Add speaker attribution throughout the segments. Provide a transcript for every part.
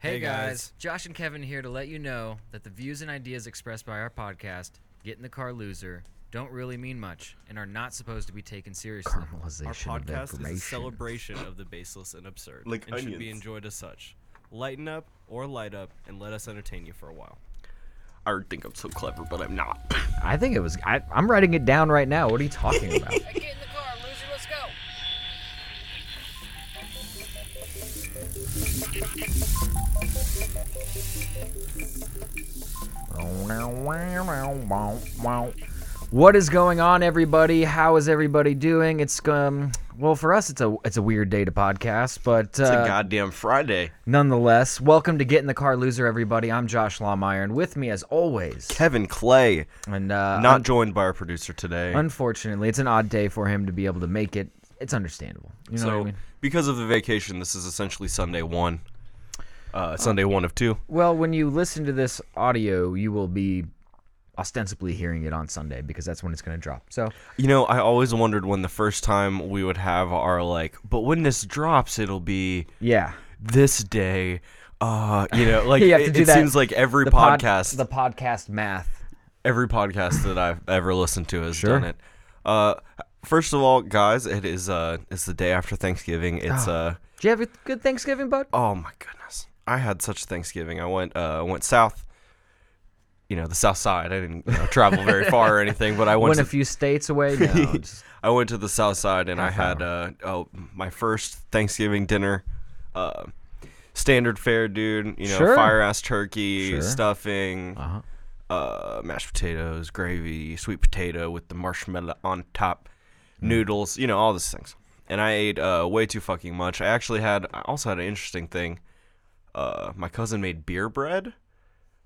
Speaker 1: Hey,
Speaker 2: Hey,
Speaker 1: guys.
Speaker 2: guys.
Speaker 1: Josh and Kevin here to let you know that the views and ideas expressed by our podcast, Get in the Car Loser, don't really mean much and are not supposed to be taken seriously.
Speaker 3: Caramelization
Speaker 2: Our
Speaker 3: of
Speaker 2: podcast is a
Speaker 3: information.
Speaker 2: celebration of the baseless and absurd,
Speaker 4: Like
Speaker 2: and should be
Speaker 4: onions.
Speaker 2: enjoyed as such. Lighten up or light up, and let us entertain you for a while.
Speaker 4: I think I'm so clever, but I'm not.
Speaker 3: I think it was. I, I'm writing it down right now. What are you talking about?
Speaker 5: Get in the car, loser. Let's go.
Speaker 3: What is going on, everybody? How is everybody doing? It's um, well, for us, it's a it's a weird day to podcast, but
Speaker 4: It's
Speaker 3: uh,
Speaker 4: a goddamn Friday.
Speaker 3: nonetheless, welcome to Get in the Car, Loser, everybody. I'm Josh Lawmeyer, and with me, as always,
Speaker 4: Kevin Clay,
Speaker 3: and uh,
Speaker 4: not joined by our producer today.
Speaker 3: un- unfortunately, it's an odd day for him to be able to make it. It's understandable. You know what I
Speaker 4: so,
Speaker 3: mean?
Speaker 4: because of the vacation, this is essentially Sunday one.
Speaker 3: Oh.
Speaker 4: Uh, Sunday one of two.
Speaker 3: Well, when you listen to this audio, you will be ostensibly hearing it on Sunday because that's when it's going to drop. So,
Speaker 4: You know, I always wondered when the first time we would have our like, but when this drops, it'll be
Speaker 3: yeah.
Speaker 4: this day. Uh, you know, like
Speaker 3: You have to
Speaker 4: it,
Speaker 3: do
Speaker 4: it
Speaker 3: that.
Speaker 4: seems like every
Speaker 3: The pod-
Speaker 4: podcast,
Speaker 3: the podcast math.
Speaker 4: every podcast that I've ever listened to has
Speaker 3: Sure.
Speaker 4: done it. Uh, first of all, guys, it is uh, it's the day after Thanksgiving. It's uh,
Speaker 3: Did you have a good Thanksgiving, bud?
Speaker 4: Oh my goodness! I had such Thanksgiving. I went, uh, I went south. You know, the south side. I didn't you know, travel very far or anything, but I
Speaker 3: Went
Speaker 4: went. To,
Speaker 3: a few states away. No, just-
Speaker 4: I went to the south side, and I
Speaker 3: Half
Speaker 4: had uh, oh, my first Thanksgiving dinner. Uh, standard fare, dude. You know,
Speaker 3: Sure.
Speaker 4: fire ass turkey,
Speaker 3: Sure.
Speaker 4: stuffing,
Speaker 3: Uh-huh.
Speaker 4: uh, mashed potatoes, gravy, sweet potato with the marshmallow on top,
Speaker 3: Mm.
Speaker 4: noodles, you know, all these things. And I ate uh, way too fucking much. I actually had, I also had an interesting thing. Uh, my cousin made beer bread,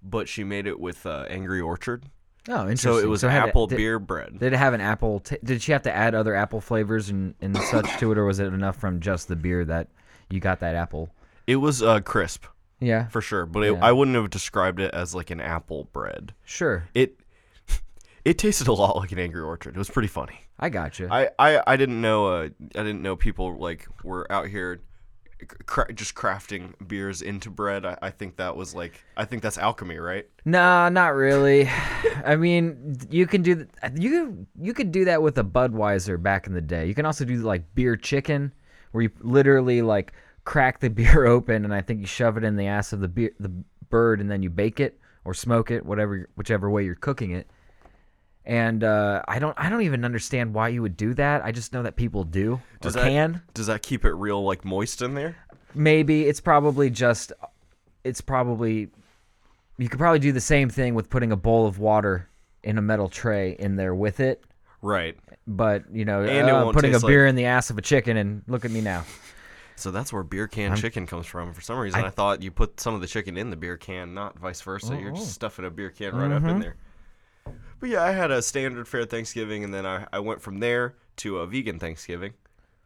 Speaker 4: but she made it with uh, Angry Orchard.
Speaker 3: Oh, interesting.
Speaker 4: So it was
Speaker 3: I had to-
Speaker 4: apple
Speaker 3: did,
Speaker 4: beer bread.
Speaker 3: Did it have an apple? T- did she have to add other apple flavors and, and such to it, or was it enough from just the beer that you got that apple?
Speaker 4: It was uh, crisp
Speaker 3: Yeah,
Speaker 4: for sure, but it,
Speaker 3: Yeah.
Speaker 4: I wouldn't have described it as like an apple bread.
Speaker 3: sure.
Speaker 4: It it tasted a lot like an Angry Orchard. It was pretty funny.
Speaker 3: I got you.
Speaker 4: I, I, I didn't know uh, I didn't know people like were out here cra- just crafting beers into bread. I, I think that was like I think that's alchemy, right?
Speaker 3: Nah, not really. I mean, you can do th- you you could do that with a Budweiser back in the day. You can also do like beer chicken, where you literally like crack the beer open and I think you shove it in the ass of the beer, the bird and then you bake it or smoke it, whatever whichever way you're cooking it. And uh, I don't I don't even understand why you would do that. I just know that people do
Speaker 4: Does
Speaker 3: or
Speaker 4: that
Speaker 3: can.
Speaker 4: does that keep it real like moist in there?
Speaker 3: Maybe it's probably just it's probably you could probably do the same thing with putting a bowl of water in a metal tray in there with it,
Speaker 4: Right.
Speaker 3: but you know,
Speaker 4: And it
Speaker 3: uh,
Speaker 4: won't
Speaker 3: putting a
Speaker 4: taste
Speaker 3: beer
Speaker 4: like-
Speaker 3: in the ass of a chicken and look at me now.
Speaker 4: So that's where beer can chicken comes from. For some reason, I, thought you put some of the chicken in the beer can, not vice versa. You're just stuffing a beer can right
Speaker 3: Mm-hmm.
Speaker 4: up in there. But yeah, I had a standard fair Thanksgiving, and then I, I went from there to a vegan Thanksgiving,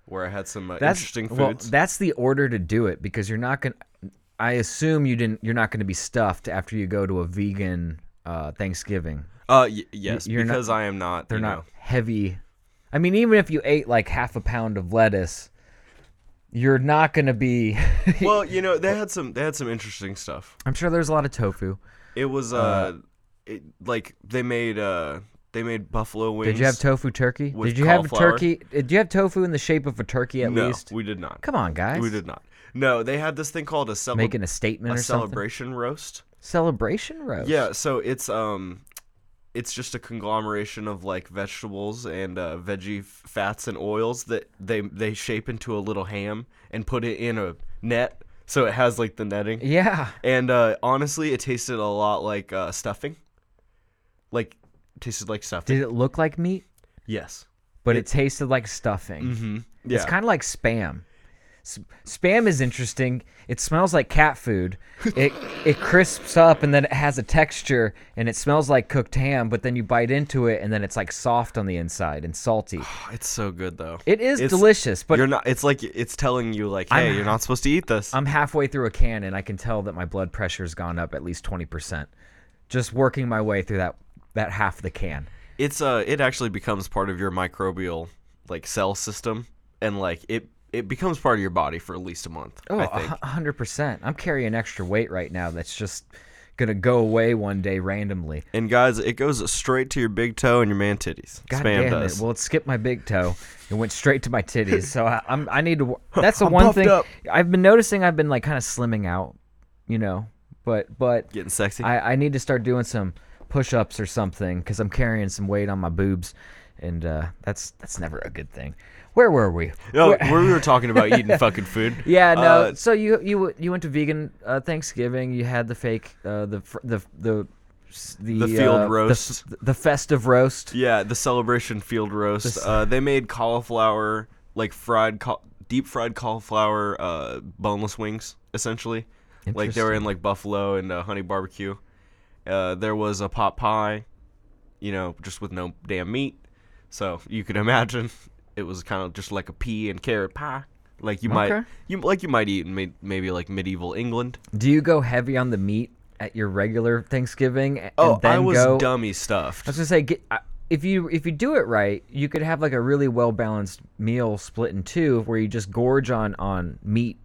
Speaker 4: where I had some uh,
Speaker 3: That's
Speaker 4: interesting foods.
Speaker 3: well, that's the order to do it because you're not going to I assume you didn't you're not going to be stuffed after you go to a vegan uh, Thanksgiving.
Speaker 4: Uh, y- yes,
Speaker 3: you're not-
Speaker 4: because I am not.
Speaker 3: They're
Speaker 4: you
Speaker 3: not
Speaker 4: know,
Speaker 3: heavy. I mean, even if you ate like half a pound of lettuce, you're not going to be
Speaker 4: well, you know, they had some. They had some interesting stuff.
Speaker 3: I'm sure there's a lot of tofu.
Speaker 4: It was uh, it, like they made uh, they made buffalo wings.
Speaker 3: Did you have tofu turkey?
Speaker 4: with
Speaker 3: Did you have
Speaker 4: cauliflower.
Speaker 3: turkey? Did you have tofu in the shape of a turkey at
Speaker 4: no,
Speaker 3: least?
Speaker 4: we did not.
Speaker 3: Come on, guys.
Speaker 4: we did not. No, they had this thing called a, celebra-
Speaker 3: Making a statement
Speaker 4: a
Speaker 3: or something.
Speaker 4: celebration roast.
Speaker 3: Celebration roast.
Speaker 4: Yeah, so it's um, it's just a conglomeration of like vegetables and uh, veggie f- fats and oils that they they shape into a little ham and put it in a net. So it has like the netting.
Speaker 3: Yeah.
Speaker 4: And uh, honestly, it tasted a lot like uh, stuffing. Like, tasted like stuffing.
Speaker 3: Did it look like meat?
Speaker 4: yes.
Speaker 3: But it, tasted like stuffing.
Speaker 4: Mm-hmm. Yeah.
Speaker 3: It's kind of like spam. S- Spam is interesting. It smells like cat food. It it crisps up and then it has a texture and it smells like cooked ham. But then you bite into it and then it's like soft on the inside and salty.
Speaker 4: it's so good though.
Speaker 3: It is
Speaker 4: It's-
Speaker 3: delicious, but
Speaker 4: you're not. It's like it's telling you like, hey,
Speaker 3: I'm-
Speaker 4: you're not supposed to eat this.
Speaker 3: I'm halfway through a can and I can tell that my blood pressure's gone up at least 20%. Just working my way through that that half the can.
Speaker 4: it's uh, it actually becomes part of your microbial like cell system, and like it it becomes part of your body for at least a month.
Speaker 3: Oh,
Speaker 4: I think.
Speaker 3: 100%. I'm carrying extra weight right now that's just going to go away one day randomly.
Speaker 4: And guys, it goes straight to your big toe and your man titties.
Speaker 3: God
Speaker 4: Spam
Speaker 3: damn
Speaker 4: does.
Speaker 3: it! Well, it skipped my big toe and went straight to my titties. So I, I'm I need to. wo- That's the
Speaker 4: I'm
Speaker 3: one
Speaker 4: puffed
Speaker 3: thing
Speaker 4: up.
Speaker 3: I've been noticing. I've been like kind of slimming out, you know. But but
Speaker 4: Getting sexy.
Speaker 3: I, I need to start doing some push-ups or something because I'm carrying some weight on my boobs, and uh, that's that's never a good thing. Where were we?
Speaker 4: no, we were talking about eating fucking food.
Speaker 3: Yeah, no.
Speaker 4: Uh,
Speaker 3: so you you w- you went to vegan uh, Thanksgiving. You had the fake uh, the fr- the the s- the,
Speaker 4: The field
Speaker 3: uh, the f-
Speaker 4: roast.
Speaker 3: the, festive roast.
Speaker 4: Yeah, the celebration field roast. Uh, they made cauliflower, like fried, cau- deep fried cauliflower, uh, boneless wings, essentially. Like they were in like buffalo and uh, honey barbecue. Uh, there was a pot pie, you know, just with no damn meat. So you could imagine it was kind of just like a pea and carrot pie, like you might
Speaker 3: Okay.
Speaker 4: you like you might eat in may- maybe like medieval England.
Speaker 3: Do you go heavy on the meat at your regular Thanksgiving? a- And
Speaker 4: Oh,
Speaker 3: then
Speaker 4: I was
Speaker 3: go,
Speaker 4: dummy
Speaker 3: I was
Speaker 4: stuffed.
Speaker 3: gonna say, get, I- if you if you do it right, you could have like a really well balanced meal split in two, where you just gorge on on meat,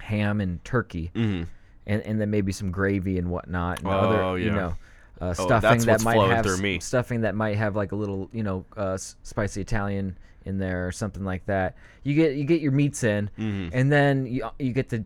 Speaker 3: ham, and turkey, and and then maybe some gravy and whatnot, and
Speaker 4: Mm-hmm. Oh,
Speaker 3: other you
Speaker 4: yeah.
Speaker 3: know. Uh,
Speaker 4: Oh,
Speaker 3: stuffing
Speaker 4: that's
Speaker 3: that
Speaker 4: what's
Speaker 3: might
Speaker 4: flowing
Speaker 3: have
Speaker 4: through
Speaker 3: s-
Speaker 4: me.
Speaker 3: stuffing that might have like a little you know uh, s- spicy Italian in there or something like that. You get you get your meats in,
Speaker 4: Mm-hmm.
Speaker 3: and then you you get to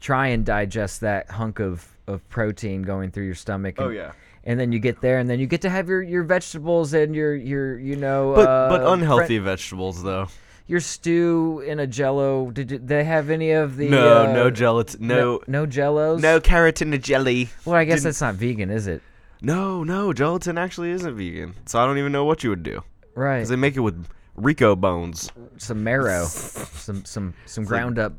Speaker 3: try and digest that hunk of of protein going through your stomach. And,
Speaker 4: Oh, yeah.
Speaker 3: and then you get there, and then you get to have your, your vegetables and your your you know,
Speaker 4: But
Speaker 3: uh,
Speaker 4: but unhealthy
Speaker 3: fri-
Speaker 4: vegetables though.
Speaker 3: your stew in a Jello. Did you, they have any of the?
Speaker 4: No,
Speaker 3: uh,
Speaker 4: no gelatin. No,
Speaker 3: no, no Jellos.
Speaker 4: no carrot in the jelly.
Speaker 3: Well, I guess
Speaker 4: Didn't-
Speaker 3: that's not vegan, is it?
Speaker 4: No, no, gelatin actually isn't vegan. So I don't even know what you would do.
Speaker 3: Right.
Speaker 4: Because they make it with Rico bones.
Speaker 3: some marrow, some some some ground up.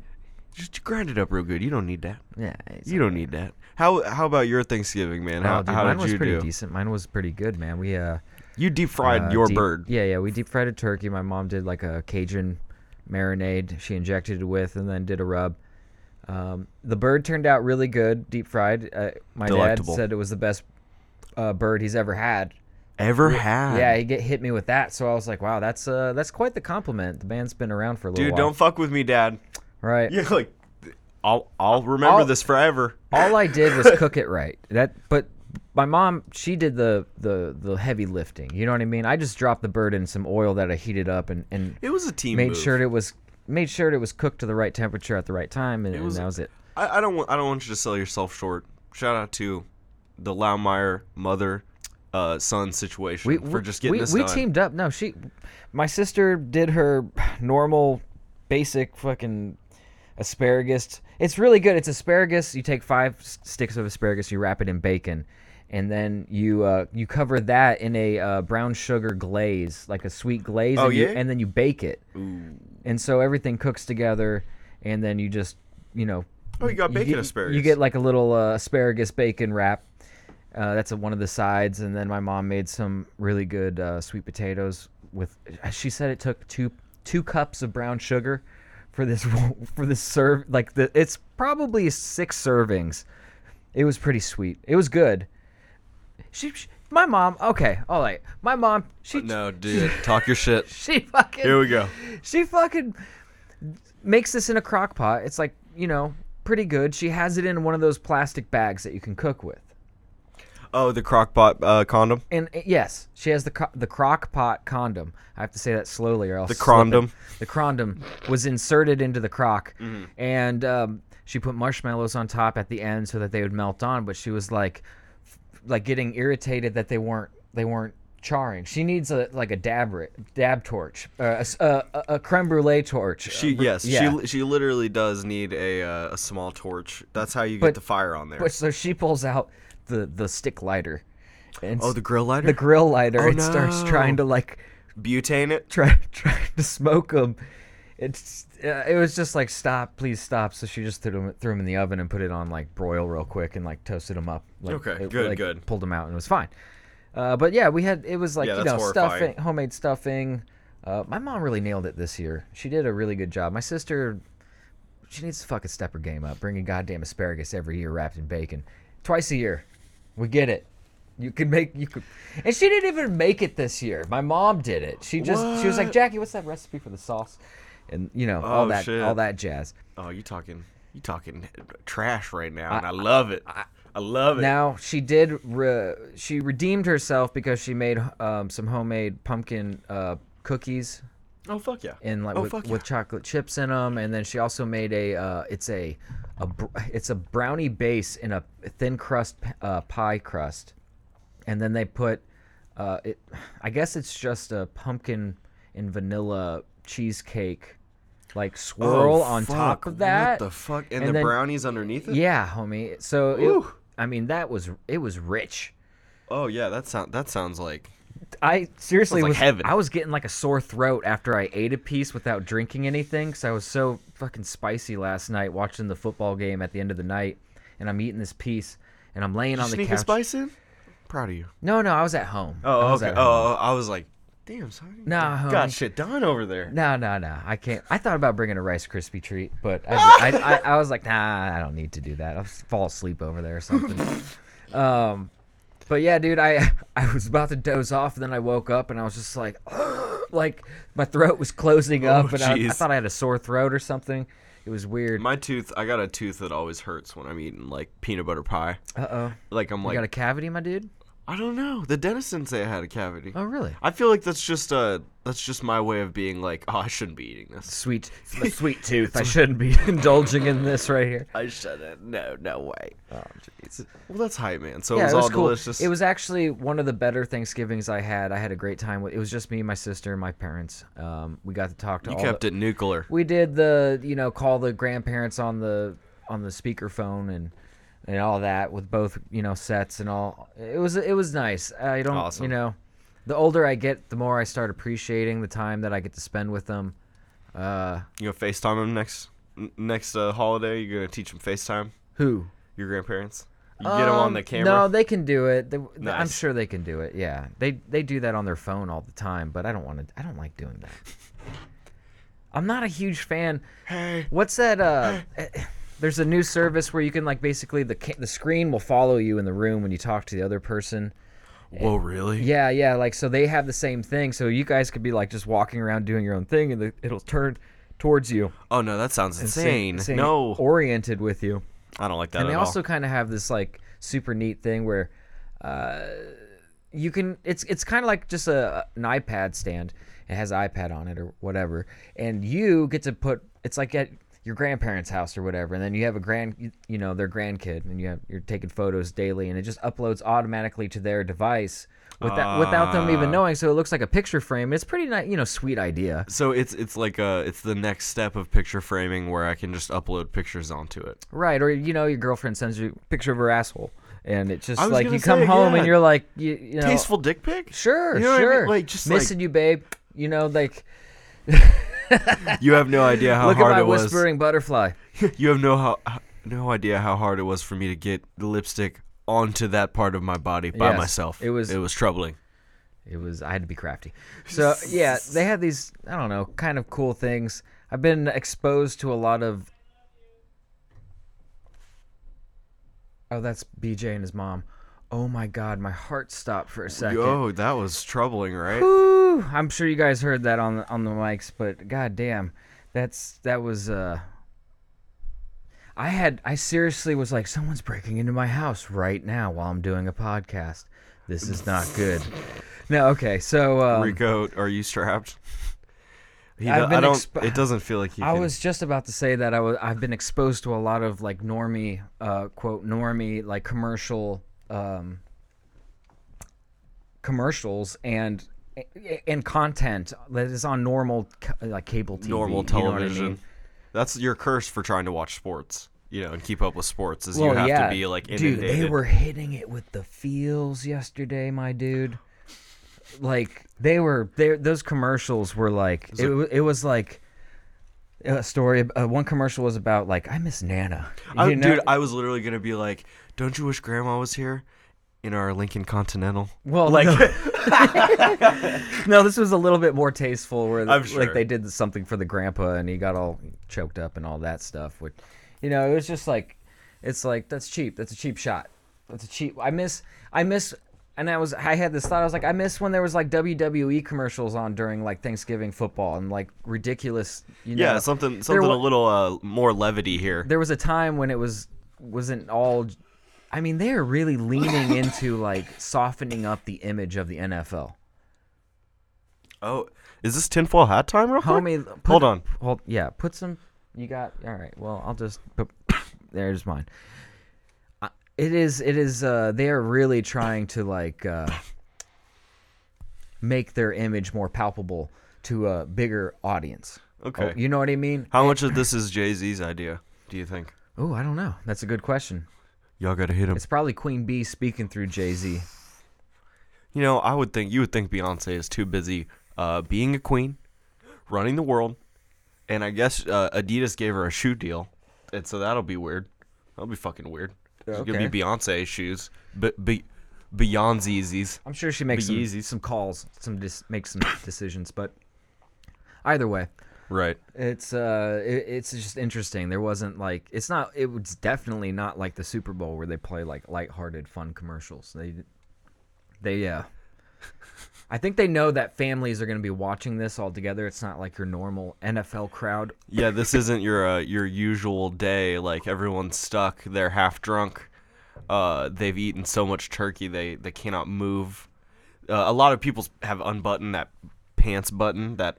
Speaker 4: Just grind it up real good. You don't need that.
Speaker 3: Yeah.
Speaker 4: You don't need that. How how about your Thanksgiving, man? How,
Speaker 3: Oh, dude,
Speaker 4: how
Speaker 3: mine
Speaker 4: did
Speaker 3: was
Speaker 4: you
Speaker 3: pretty
Speaker 4: do?
Speaker 3: decent. Mine was pretty good, man. We uh,
Speaker 4: You deep fried
Speaker 3: uh,
Speaker 4: your
Speaker 3: deep-
Speaker 4: bird.
Speaker 3: Yeah, yeah. We deep fried a turkey. My mom did like a Cajun marinade. She injected it with, and then did a rub. Um, the bird turned out really good, deep fried. Uh, my
Speaker 4: Delectable.
Speaker 3: dad said it was the best uh, bird he's ever had.
Speaker 4: Ever had?
Speaker 3: yeah, he get, hit me with that, so I was like, "Wow, that's uh, that's quite the compliment." The band's been around for a little
Speaker 4: Dude,
Speaker 3: while,
Speaker 4: don't fuck with me, Dad.
Speaker 3: right?
Speaker 4: Yeah, like I'll I'll remember
Speaker 3: I'll-
Speaker 4: this forever.
Speaker 3: all I did was cook it right. That, but my mom, she did the the the heavy lifting. You know what I mean? I just dropped the bird in some oil that I heated up and and
Speaker 4: It was a team
Speaker 3: made
Speaker 4: move.
Speaker 3: sure it was made sure it was cooked to the right temperature at the right time, and, and
Speaker 4: was-
Speaker 3: that was it.
Speaker 4: I, I don't want I don't want you to sell yourself short. Shout out to the Laumeyer mother uh, son situation
Speaker 3: We
Speaker 4: for
Speaker 3: we-
Speaker 4: just getting
Speaker 3: we,
Speaker 4: this
Speaker 3: we
Speaker 4: done.
Speaker 3: teamed up. No, she, my sister did her normal, basic fucking asparagus. It's really good. It's asparagus. You take five s- sticks of asparagus, you wrap it in bacon, and then you uh, you cover that in a uh, brown sugar glaze, like a sweet glaze.
Speaker 4: Oh,
Speaker 3: and you,
Speaker 4: yeah?
Speaker 3: And then you bake it, and so everything cooks together, and then you just you know
Speaker 4: Oh, you got bacon
Speaker 3: get-
Speaker 4: asparagus.
Speaker 3: You get like a little uh, asparagus bacon wrap. Uh, that's a, one of the sides, and then my mom made some really good uh, sweet potatoes with. uh, She said it took two two cups of brown sugar for this for this serve. Like the it's probably six servings. It was pretty sweet. It was good. She, she my mom. Okay, all right. My mom. She
Speaker 4: Oh, no, dude, talk your shit.
Speaker 3: she fucking
Speaker 4: Here we go.
Speaker 3: she fucking makes this in a crock pot. It's like, you know, pretty good. She has it in one of those plastic bags that you can cook with.
Speaker 4: Oh, the crockpot uh, condom.
Speaker 3: And uh, yes, she has the co- the crock pot condom. I have to say that slowly, or else
Speaker 4: The
Speaker 3: slip it.
Speaker 4: crondom. Mm-hmm.
Speaker 3: The crondom was inserted into the crock, and um, she put marshmallows on top at the end so that they would melt on. But she was like, f- like getting irritated that they weren't they weren't charring. She needs a like a dab ri- dab torch, uh, a, s- a- a- a creme brulee torch.
Speaker 4: She yes,
Speaker 3: Uh, yeah.
Speaker 4: she she literally does need a uh, a small torch. That's how you get
Speaker 3: But-
Speaker 4: the fire on there.
Speaker 3: But so she pulls out the the stick lighter, and
Speaker 4: oh,
Speaker 3: s-
Speaker 4: the grill lighter.
Speaker 3: the grill lighter,
Speaker 4: Oh,
Speaker 3: and starts
Speaker 4: no.
Speaker 3: trying to like
Speaker 4: butane it.
Speaker 3: try trying to smoke them. It's uh, it was just like stop, please stop. So she just threw them threw 'em in the oven and put it on like broil real quick and like toasted them up. Like,
Speaker 4: Okay,
Speaker 3: it-
Speaker 4: good,
Speaker 3: like,
Speaker 4: good.
Speaker 3: Pulled them out and it was fine. Uh, but yeah, we had it was like
Speaker 4: Yeah,
Speaker 3: you
Speaker 4: that's
Speaker 3: know
Speaker 4: horrifying.
Speaker 3: stuffing, homemade stuffing. Uh, my mom really nailed it this year. She did a really good job. My sister, she needs to fucking step her game up. Bringing goddamn asparagus every year wrapped in bacon, twice a year. We get it. You could make you could, and she didn't even make it this year. My mom did it. She just she was like
Speaker 4: What?
Speaker 3: Jackie, what's that recipe for the sauce? and you know all
Speaker 4: Oh,
Speaker 3: that
Speaker 4: shit.
Speaker 3: all that jazz.
Speaker 4: Oh, you talking you talking trash right now, and I love it. I, love it.
Speaker 3: Now she did re- she redeemed herself because she made um, some homemade pumpkin uh, cookies
Speaker 4: oh fuck yeah.
Speaker 3: and like
Speaker 4: oh,
Speaker 3: with,
Speaker 4: fuck
Speaker 3: with chocolate chips in them and then she also made a uh, it's a, a br- it's a brownie base in a thin crust p- uh, pie crust and then they put uh, it i guess it's just a pumpkin and vanilla cheesecake like swirl on top of that
Speaker 4: Oh, What the fuck? And,
Speaker 3: and
Speaker 4: the
Speaker 3: then-
Speaker 4: brownies underneath it.
Speaker 3: yeah homie so it,
Speaker 4: Ooh.
Speaker 3: i mean that was it was rich
Speaker 4: Oh yeah, that sound that sounds like.
Speaker 3: I seriously
Speaker 4: Sounds like
Speaker 3: was.
Speaker 4: heaven.
Speaker 3: I was getting like a sore throat after I ate a piece without drinking anything because I was so fucking spicy last night watching the football game at the end of the night, and I'm eating this piece and I'm laying on the
Speaker 4: sneak
Speaker 3: couch.
Speaker 4: a spice in. Proud of you.
Speaker 3: No, no, I was at home. I
Speaker 4: Oh
Speaker 3: was
Speaker 4: okay.
Speaker 3: at home.
Speaker 4: Oh, I was like, damn, sorry.
Speaker 3: Nah, homie.
Speaker 4: Got shit done over there.
Speaker 3: No, no, no. I can't. I thought about bringing a Rice Krispie treat, but I, I, I, I was like, nah, I don't need to do that. I'll s- fall asleep over there or something. um, but yeah, dude, I, I was about to doze off, and then I woke up, and I was just like, like my throat was closing up, and I, I
Speaker 4: Oh, jeez.
Speaker 3: thought I had a sore throat or something. It was weird.
Speaker 4: My tooth, I got a tooth that always hurts when I'm eating like peanut butter pie.
Speaker 3: Uh oh.
Speaker 4: Like I'm
Speaker 3: You got a
Speaker 4: like,
Speaker 3: cavity, my dude?
Speaker 4: I don't know. The dentist didn't say I had a cavity.
Speaker 3: Oh, really?
Speaker 4: I feel like that's just uh that's just my way of being like, oh, I shouldn't be eating this.
Speaker 3: Sweet, my sweet tooth. I shouldn't be indulging in this right here.
Speaker 4: I shouldn't. No, no way. Oh, jeez. Well, that's hype, man. So it
Speaker 3: yeah,
Speaker 4: was
Speaker 3: it was
Speaker 4: all
Speaker 3: cool.
Speaker 4: delicious.
Speaker 3: It was actually one of the better Thanksgivings I had. I had a great time with. It was just me, my sister, and my parents. Um, we got to talk to
Speaker 4: You
Speaker 3: all.
Speaker 4: kept
Speaker 3: the,
Speaker 4: it nuclear.
Speaker 3: We did the you know call the grandparents on the on the speakerphone and and all that with both you know sets and all. It was it was nice. I don't
Speaker 4: Awesome.
Speaker 3: you know. The older I get, the more I start appreciating the time that I get to spend with them. Uh,
Speaker 4: You gonna FaceTime them next n- next uh, holiday? You're gonna teach them FaceTime
Speaker 3: who?
Speaker 4: your grandparents. You get them on
Speaker 3: Um,
Speaker 4: the camera.
Speaker 3: No, they can do it. They, I'm
Speaker 4: Nice.
Speaker 3: sure they can do it. Yeah, they they do that on their phone all the time. But I don't want to. I don't like doing that. I'm not a huge fan.
Speaker 4: Hey.
Speaker 3: What's that? Uh, eh, there's a new service where you can like basically the ca- the screen will follow you in the room when you talk to the other person.
Speaker 4: Whoa, really?
Speaker 3: Yeah, yeah. Like so, they have the same thing. So you guys could be like just walking around doing your own thing, and the, it'll turn towards you,
Speaker 4: Oh no, that sounds insane.
Speaker 3: same-
Speaker 4: No,
Speaker 3: oriented with you
Speaker 4: I don't like that
Speaker 3: and
Speaker 4: at
Speaker 3: they
Speaker 4: all.
Speaker 3: also kind of have this like super neat thing where uh, you can it's it's kind of like just a an iPad stand. It has iPad on it or whatever, and you get to put it's like at your grandparents' house or whatever, and then you have a grand you- you know their grandkid, and you have you're taking photos daily, and it just uploads automatically to their device. Without, without them even
Speaker 4: Ah.
Speaker 3: knowing, so it looks like a picture frame. It's pretty nice, you know, sweet idea.
Speaker 4: so it's it's like uh it's the next step of picture framing where I can just upload pictures onto it.
Speaker 3: Right, or you know, your girlfriend sends you a picture of her asshole, and it's just
Speaker 4: I was
Speaker 3: like
Speaker 4: gonna
Speaker 3: you come
Speaker 4: say,
Speaker 3: home
Speaker 4: yeah.
Speaker 3: and you're like, you, you know,
Speaker 4: Tasteful dick pic?
Speaker 3: Sure,
Speaker 4: You know what I mean?
Speaker 3: sure.
Speaker 4: Like, just, like-
Speaker 3: missing you, babe. You know, like
Speaker 4: You have no idea how
Speaker 3: look at
Speaker 4: hard
Speaker 3: my
Speaker 4: it was.
Speaker 3: whispering butterfly.
Speaker 4: You have no how, no idea how hard it was for me to get lipstick onto that part of my body by
Speaker 3: Yes,
Speaker 4: myself.
Speaker 3: it was-
Speaker 4: it was troubling.
Speaker 3: It was I had to be crafty. So yeah, they had these I don't know kind of cool things. I've been exposed to a lot of. Oh, that's BJ and his mom. Oh my God, my heart stopped for a second.
Speaker 4: Yo, that was troubling, right?
Speaker 3: Whew, I'm sure you guys heard that on the, on the mics, but goddamn, that's that was. uh I had I seriously was like, someone's breaking into my house right now while I'm doing a podcast. This is not good. No, okay, so um,
Speaker 4: Rico, are you strapped? He
Speaker 3: I've
Speaker 4: do- I
Speaker 3: been
Speaker 4: don't.
Speaker 3: exp-
Speaker 4: it doesn't feel like he.
Speaker 3: I
Speaker 4: can-
Speaker 3: was just about to say that I was I've been exposed to a lot of like normie uh quote normie like commercial um commercials and and content that is on normal ca- like cable TV
Speaker 4: normal
Speaker 3: you know what I
Speaker 4: television.
Speaker 3: mean?
Speaker 4: That's your curse for trying to watch sports, you know, and keep up with sports. Is you have to be like
Speaker 3: dude,
Speaker 4: inundated.
Speaker 3: they were hitting it with the feels yesterday, my dude. Like they were, they those commercials were like it, wa- it was like a story. Uh, one commercial was about like I miss Nana,
Speaker 4: I-
Speaker 3: you know?
Speaker 4: Dude, I was literally gonna be like, "Don't you wish Grandma was here?" In our Lincoln Continental.
Speaker 3: well, like no, this was a little bit more tasteful, where
Speaker 4: I'm
Speaker 3: like
Speaker 4: sure.
Speaker 3: they did something for the grandpa and he got all choked up and all that stuff. Which, you know, it was just like, it's like that's cheap. That's a cheap shot. That's a cheap. I miss I miss and I was I had this thought I was like I miss when there was like WWE commercials on during like Thanksgiving football and like ridiculous you know
Speaker 4: Yeah, something something
Speaker 3: wa-
Speaker 4: a little uh, more levity here.
Speaker 3: there was a time when it was wasn't all I mean they are really leaning into like softening up the image of the NFL.
Speaker 4: Oh, is this tinfoil hat time, real quick?
Speaker 3: Homie, put,
Speaker 4: Hold on.
Speaker 3: Hold yeah, put some you got All right. Well, I'll just put there's mine. I- It is it is uh they are really trying to like uh make their image more palpable to a bigger audience.
Speaker 4: Okay.
Speaker 3: Oh, you know what I mean?
Speaker 4: How much of this is Jay Z's idea? Do you think?
Speaker 3: Oh, I don't know. That's a good question.
Speaker 4: Y'all gotta hit him.
Speaker 3: It's probably Queen Bee speaking through Jay Z.
Speaker 4: You know, I would think you would think Beyonce is too busy uh, being a queen, running the world, and I guess uh, Adidas gave her a shoe deal, and so that'll be weird. That'll be fucking weird. It's gonna
Speaker 3: Okay.
Speaker 4: be Beyonce shoes, but be, Beyonce's.
Speaker 3: I'm sure she makes
Speaker 4: Be
Speaker 3: some,
Speaker 4: easy.
Speaker 3: some calls, some dis- makes some decisions, but either way,
Speaker 4: Right.
Speaker 3: it's uh it, it's just interesting. There wasn't like it's not it was definitely not like the Super Bowl where they play like lighthearted fun commercials. They they yeah. I think they know that families are going to be watching this all together. It's not like your normal NFL crowd.
Speaker 4: Yeah, this isn't your uh, your usual day. Like everyone's stuck, they're half drunk. Uh, they've eaten so much turkey they they cannot move. Uh, a lot of people have unbuttoned that pants button. That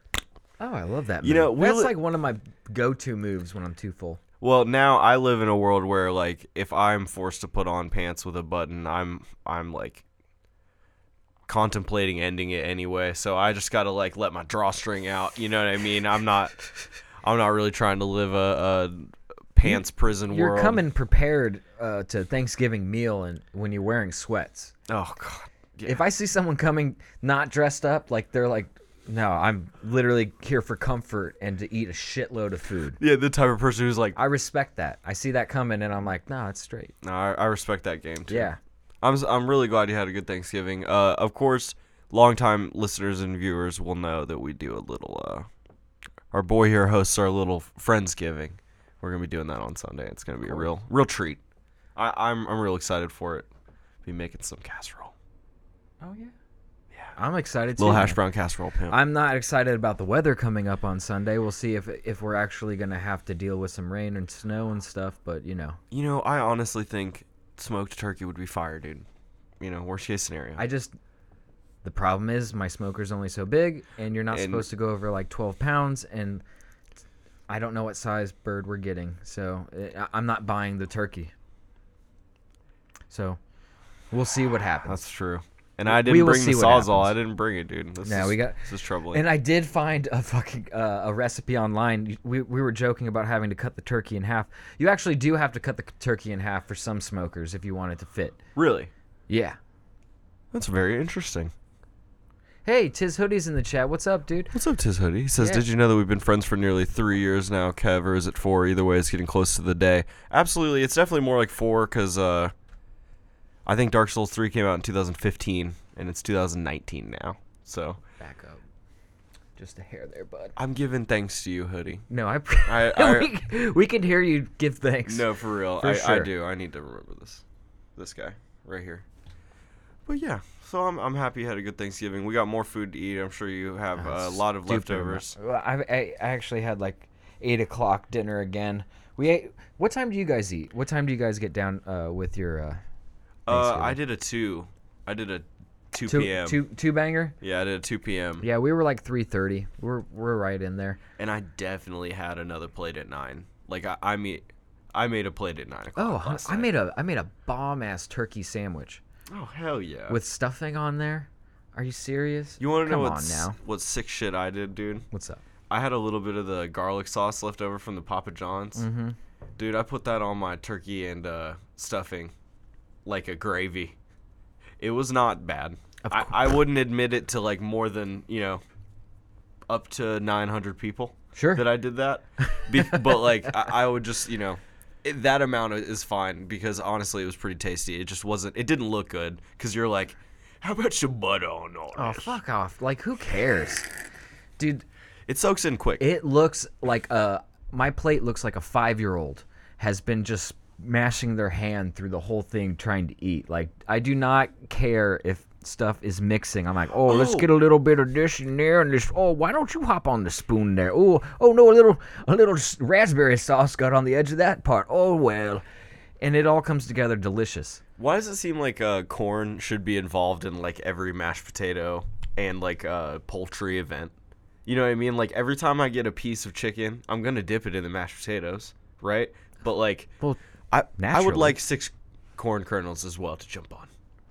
Speaker 3: Oh, I love that.
Speaker 4: You
Speaker 3: move.
Speaker 4: know, we
Speaker 3: that's
Speaker 4: li-
Speaker 3: like one of my go-to moves when I'm too full.
Speaker 4: well, now I live in a world where like if I'm forced to put on pants with a button, I'm I'm like contemplating ending it anyway. So I just gotta like let my drawstring out. You know what I mean? I'm not I'm not really trying to live a, a pants prison
Speaker 3: You're
Speaker 4: world.
Speaker 3: coming prepared uh, to Thanksgiving meal and when you're wearing sweats.
Speaker 4: Oh god. Yeah.
Speaker 3: If I see someone coming not dressed up, like they're like, no, I'm literally here for comfort and to eat a shitload of food.
Speaker 4: Yeah, the type of person who's like,
Speaker 3: I respect that. I see that coming and I'm like, nah, it's straight.
Speaker 4: "No, I, I respect that game too.
Speaker 3: Yeah.
Speaker 4: I'm, s- I'm really glad you had a good Thanksgiving. Uh, of course, longtime listeners and viewers will know that we do a little, uh, our boy here hosts our little Friendsgiving. We're going to be doing that on Sunday. It's going to be a real, real treat. I, I'm, I'm real excited for it. Be making some casserole.
Speaker 3: Oh yeah. Yeah. I'm excited too.
Speaker 4: Little hash
Speaker 3: man.
Speaker 4: brown casserole, pimp.
Speaker 3: I'm not excited about the weather coming up on Sunday. We'll see if if we're actually gonna have to deal with some rain and snow and stuff. But you know,
Speaker 4: you know, I honestly think smoked turkey would be fire, dude. You know, worst case scenario.
Speaker 3: I just the problem is my smoker's only so big, and you're not
Speaker 4: And-
Speaker 3: supposed to go over like 12 pounds, and I don't know what size bird we're getting, so it, I- I'm not buying the turkey. So we'll see what happens.
Speaker 4: That's true. And I
Speaker 3: we
Speaker 4: didn't
Speaker 3: will
Speaker 4: bring the
Speaker 3: see what
Speaker 4: sawzall.
Speaker 3: happens.
Speaker 4: I didn't bring it, dude. This
Speaker 3: No,
Speaker 4: is,
Speaker 3: we got-
Speaker 4: this is troubling.
Speaker 3: And I did find a fucking uh, a recipe online. We, we were joking about having to cut the turkey in half. You actually do have to cut the turkey in half for some smokers if you want it to fit.
Speaker 4: really,
Speaker 3: Yeah.
Speaker 4: that's very interesting.
Speaker 3: Hey, Tiz Hoodie's in the chat. What's up, dude?
Speaker 4: What's up, Tiz Hoodie? He says,
Speaker 3: Yeah.
Speaker 4: "Did you know that we've been friends for nearly three years now, Kev? Or is it four? Either way, it's getting close to the day. Absolutely, it's definitely more like four because uh, I think Dark Souls three came out in 2015, and it's 2019 now. So
Speaker 3: Back up. Just a hair there, bud.
Speaker 4: I'm giving thanks to you, Hoodie.
Speaker 3: No, I.
Speaker 4: I- I-
Speaker 3: we, we can hear you give thanks.
Speaker 4: No, for real.
Speaker 3: For
Speaker 4: I, I
Speaker 3: sure.
Speaker 4: do. I need to remember this. This guy right here. But yeah, so I'm, I'm happy you had a good Thanksgiving. We got more food to eat. I'm sure you have uh, a lot of
Speaker 3: Stupid amount.
Speaker 4: leftovers.
Speaker 3: Well, I, I I actually had like eight o'clock dinner again. We ate. What time do you guys eat? What time do you guys get down uh, with your uh,
Speaker 4: Uh, I did a two. I did a two,
Speaker 3: two,
Speaker 4: p.m.
Speaker 3: two two banger?
Speaker 4: Yeah, I did a two p.m.
Speaker 3: Yeah, we were like three thirty. We're we're right in there.
Speaker 4: And I definitely had another plate at nine. Like I, I made, I made a plate at nine
Speaker 3: Oh,
Speaker 4: o'clock.
Speaker 3: hun-
Speaker 4: last
Speaker 3: I
Speaker 4: night.
Speaker 3: made a I made a bomb ass turkey sandwich
Speaker 4: Oh hell yeah.
Speaker 3: with stuffing on there. Are you serious?
Speaker 4: you want to know
Speaker 3: Come
Speaker 4: what
Speaker 3: on
Speaker 4: s-
Speaker 3: now?
Speaker 4: what sick shit I did, dude?
Speaker 3: What's up?
Speaker 4: I had a little bit of the garlic sauce left over from the Papa John's.
Speaker 3: Mm-hmm.
Speaker 4: Dude, I put that on my turkey and uh, stuffing like a gravy. It was not bad. I, I wouldn't admit it to like more than, you know, up to 900 people
Speaker 3: Sure.
Speaker 4: that I did that. Be- but like, I, I would just, you know, it, that amount i- is fine because honestly, it was pretty tasty. It just wasn't, it didn't look good because you're like, how about your butter on all
Speaker 3: Oh,
Speaker 4: this?"
Speaker 3: fuck off! Like, who cares, dude?
Speaker 4: It soaks in quick.
Speaker 3: It looks like a my plate looks like a five year old has been just mashing their hand through the whole thing trying to eat. Like I do not care if stuff is mixing. I'm like, oh, let's
Speaker 4: Oh.
Speaker 3: get a little bit of this in there and this. Oh, why don't you hop on the spoon there? Oh, oh no, a little a little s- raspberry sauce got on the edge of that part. Oh well, and it all comes together delicious.
Speaker 4: Why does it seem like uh, corn should be involved in like every mashed potato and like uh, poultry event? You know what I mean? Like every time I get a piece of chicken, I'm gonna dip it in the mashed potatoes, right? But like,
Speaker 3: Well,
Speaker 4: I I
Speaker 3: naturally.
Speaker 4: would like six corn kernels as well to jump on.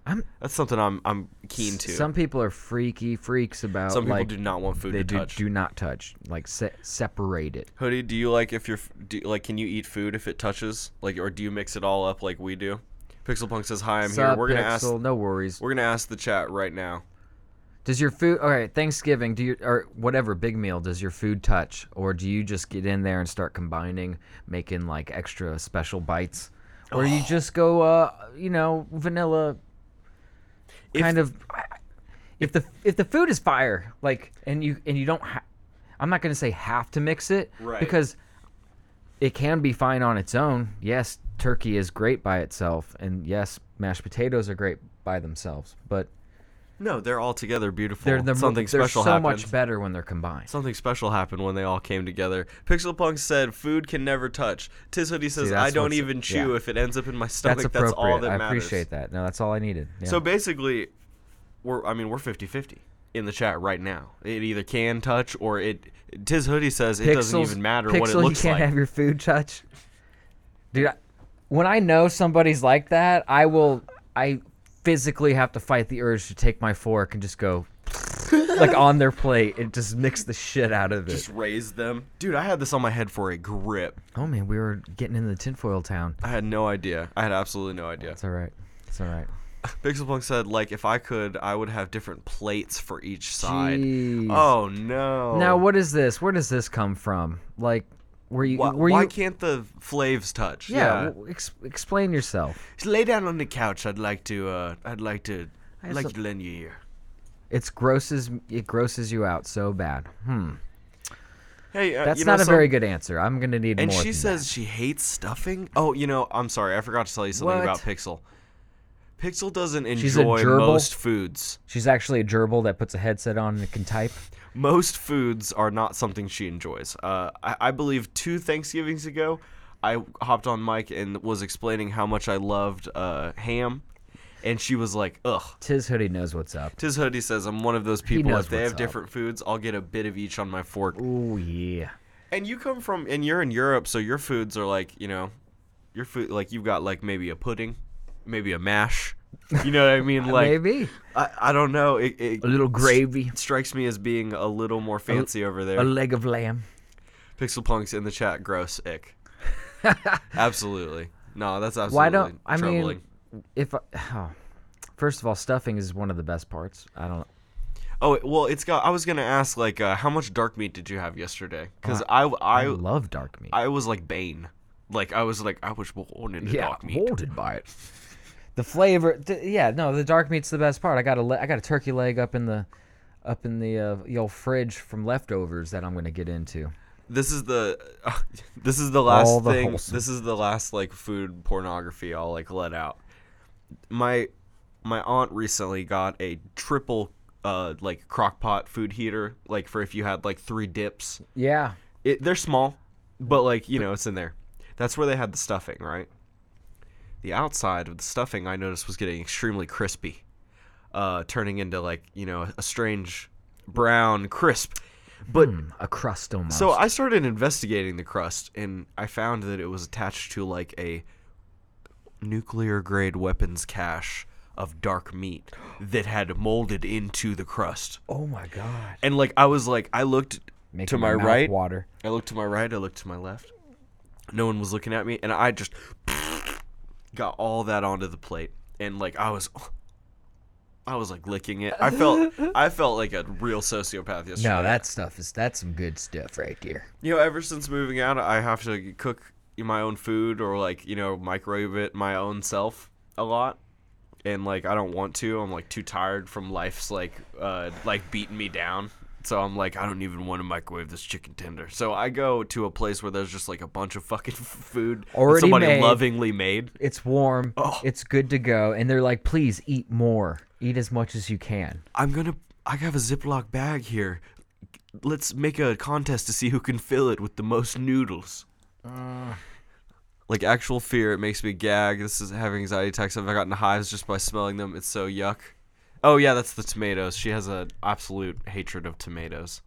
Speaker 3: I'm-
Speaker 4: That's something I'm I'm keen to.
Speaker 3: Some people are freaky freaks about
Speaker 4: Some people
Speaker 3: like,
Speaker 4: do not want food
Speaker 3: they
Speaker 4: to
Speaker 3: do,
Speaker 4: touch.
Speaker 3: do not touch like se- separate it.
Speaker 4: Hoodie, do you like if you're f- do, like can you eat food if it touches like or do you mix it all up like we do? Pixel Punk says hi. I'm here.
Speaker 3: Sup,
Speaker 4: We're gonna
Speaker 3: Pixel?
Speaker 4: ask.
Speaker 3: No worries.
Speaker 4: We're gonna ask the chat right now.
Speaker 3: Does your food? All right, Thanksgiving. Do you or whatever big meal? Does your food touch, or do you just get in there and start combining, making like extra special bites, or you just go, uh, you know, vanilla, kind of. If the if the food is fire, like, and you and you don't, ha- I'm not gonna say have to mix it,
Speaker 4: Right.
Speaker 3: Because it can be fine on its own. Yes, turkey is great by itself, and yes, mashed potatoes are great by themselves, but
Speaker 4: No, they're all together beautiful.
Speaker 3: they're the,
Speaker 4: something
Speaker 3: they're
Speaker 4: special
Speaker 3: so
Speaker 4: happened.
Speaker 3: much better when they're combined.
Speaker 4: something special happened when they all came together. Pixel Punk said, "Food can never touch." Tis Hoodie says,
Speaker 3: that's
Speaker 4: "I don't
Speaker 3: what's-
Speaker 4: even chew
Speaker 3: yeah.
Speaker 4: if it ends up in my
Speaker 3: that's
Speaker 4: stomach. That's,
Speaker 3: appropriate.
Speaker 4: all that matters."
Speaker 3: I appreciate that. No, that's all I needed. Yeah.
Speaker 4: So basically, we're I mean we're 50-50 in the chat right now. It either can touch or it. Tis Hoodie says it doesn't
Speaker 3: Pixels-
Speaker 4: even matter
Speaker 3: Pixel,
Speaker 4: what it looks
Speaker 3: you can't
Speaker 4: like.
Speaker 3: have your food touch, dude. I, when I know somebody's like that, I will. I physically have to fight the urge to take my fork and just go like on their plate and just mix the shit out of it.
Speaker 4: Just raise them, dude. I had this on my head for a grip.
Speaker 3: oh man, we were getting in the tinfoil town.
Speaker 4: I had no idea. I had absolutely no idea.
Speaker 3: It's all right. It's all right.
Speaker 4: Pixelpunk said, like, if I could, I would have different plates for each side.
Speaker 3: Jeez.
Speaker 4: Oh no.
Speaker 3: Now what is this? Where does this come from? Like, were you?
Speaker 4: Why,
Speaker 3: were
Speaker 4: why
Speaker 3: you?
Speaker 4: can't the flaves touch?
Speaker 3: yeah. w- Ex- explain yourself.
Speaker 4: Just lay down on the couch. I'd like to. Uh, I'd like to.
Speaker 3: I
Speaker 4: I'd like
Speaker 3: also-
Speaker 4: to lend you here.
Speaker 3: It's grosses it grosses you out so bad. Hmm.
Speaker 4: Hey, uh,
Speaker 3: That's
Speaker 4: you know,
Speaker 3: not a
Speaker 4: some-
Speaker 3: very good answer. I'm gonna need
Speaker 4: And
Speaker 3: more.
Speaker 4: she
Speaker 3: than
Speaker 4: says she hates stuffing. Oh, you know, I'm sorry. I forgot to tell you something
Speaker 3: What?
Speaker 4: about Pixel. Pixel doesn't
Speaker 3: She's a
Speaker 4: enjoy
Speaker 3: gerbil?
Speaker 4: most foods.
Speaker 3: that. she's actually a gerbil that puts a headset on and can type.
Speaker 4: most foods are not something she enjoys. Uh, I, I believe two Thanksgivings ago, I hopped on mic and was explaining how much I loved uh, ham, and she was like, "Ugh."
Speaker 3: Tiz hoodie knows what's up.
Speaker 4: Tis Hoodie says, "I'm one of those people.
Speaker 3: knows
Speaker 4: If they
Speaker 3: what's
Speaker 4: have
Speaker 3: up."
Speaker 4: different foods, I'll get a bit of each on my fork."
Speaker 3: Oh yeah.
Speaker 4: And you come from, and you're in Europe, so your foods are like, you know, your food like you've got like maybe a pudding, maybe a mash. You know what I mean? Like
Speaker 3: Maybe
Speaker 4: I, I don't know. It, it
Speaker 3: a little gravy,
Speaker 4: strikes me as being a little more fancy over there.
Speaker 3: a leg of lamb.
Speaker 4: Pixel Punk's in the chat. Gross, ick. absolutely. No, that's absolutely
Speaker 3: Why don't I
Speaker 4: troubling.
Speaker 3: mean? If I, oh. first of all, stuffing is one of the best parts. I don't.
Speaker 4: oh well, it's got. I was gonna ask like, uh, how much dark meat did you have yesterday?
Speaker 3: Uh,
Speaker 4: Because I,
Speaker 3: I,
Speaker 4: I,
Speaker 3: love dark meat.
Speaker 4: I was like Bane. Like I was like, I was born into
Speaker 3: yeah,
Speaker 4: dark meat.
Speaker 3: molded by it. The flavor, th- yeah, no, the dark meat's the best part. I got a, le- I got a turkey leg up in the, up in the, uh, the old fridge from leftovers that I'm gonna get into.
Speaker 4: This is the, this is the last
Speaker 3: All the
Speaker 4: thing.
Speaker 3: wholesome.
Speaker 4: This is the last like food pornography I'll like let out. My, my aunt recently got a triple, uh, like crock pot food heater. Like for if you had like three dips.
Speaker 3: Yeah,
Speaker 4: It, they're small, but like you know, it's in there. That's where they had the stuffing, right? The outside of the stuffing I noticed was getting extremely crispy, uh, turning into like you know a strange brown crisp. But
Speaker 3: Hmm, a crust almost.
Speaker 4: so uh, I started investigating the crust, and I found that it was attached to like a nuclear grade weapons cache of dark meat that had molded into the crust.
Speaker 3: oh my god,
Speaker 4: And like I was like, I looked
Speaker 3: Making
Speaker 4: to my
Speaker 3: mouth
Speaker 4: right,
Speaker 3: water.
Speaker 4: I looked to my right, I looked to my left. No one was looking at me, and I just got all that onto the plate. And like I was I was like licking it. I felt I felt like a real sociopath yesterday.
Speaker 3: No, that stuff is that's some good stuff right there.
Speaker 4: You know, ever since moving out, I have to cook my own food or like, you know, microwave it my own self a lot. And like I don't want to. I'm like too tired from life's like uh like beating me down. So I'm like, I don't even want to microwave this chicken tender. So I go to a place where there's just like a bunch of fucking food that
Speaker 3: Already
Speaker 4: somebody
Speaker 3: made.
Speaker 4: lovingly made.
Speaker 3: It's warm.
Speaker 4: Oh.
Speaker 3: It's good to go. And they're like, please eat more. Eat as much as you can.
Speaker 4: I'm gonna. I have a Ziploc bag here. Let's make a contest to see who can fill it with the most noodles.
Speaker 3: Uh.
Speaker 4: Like actual fear, it makes me gag. This is having anxiety attacks. I've gotten hives just by smelling them. It's so yuck. Oh yeah, that's the tomatoes. She has an absolute hatred of tomatoes.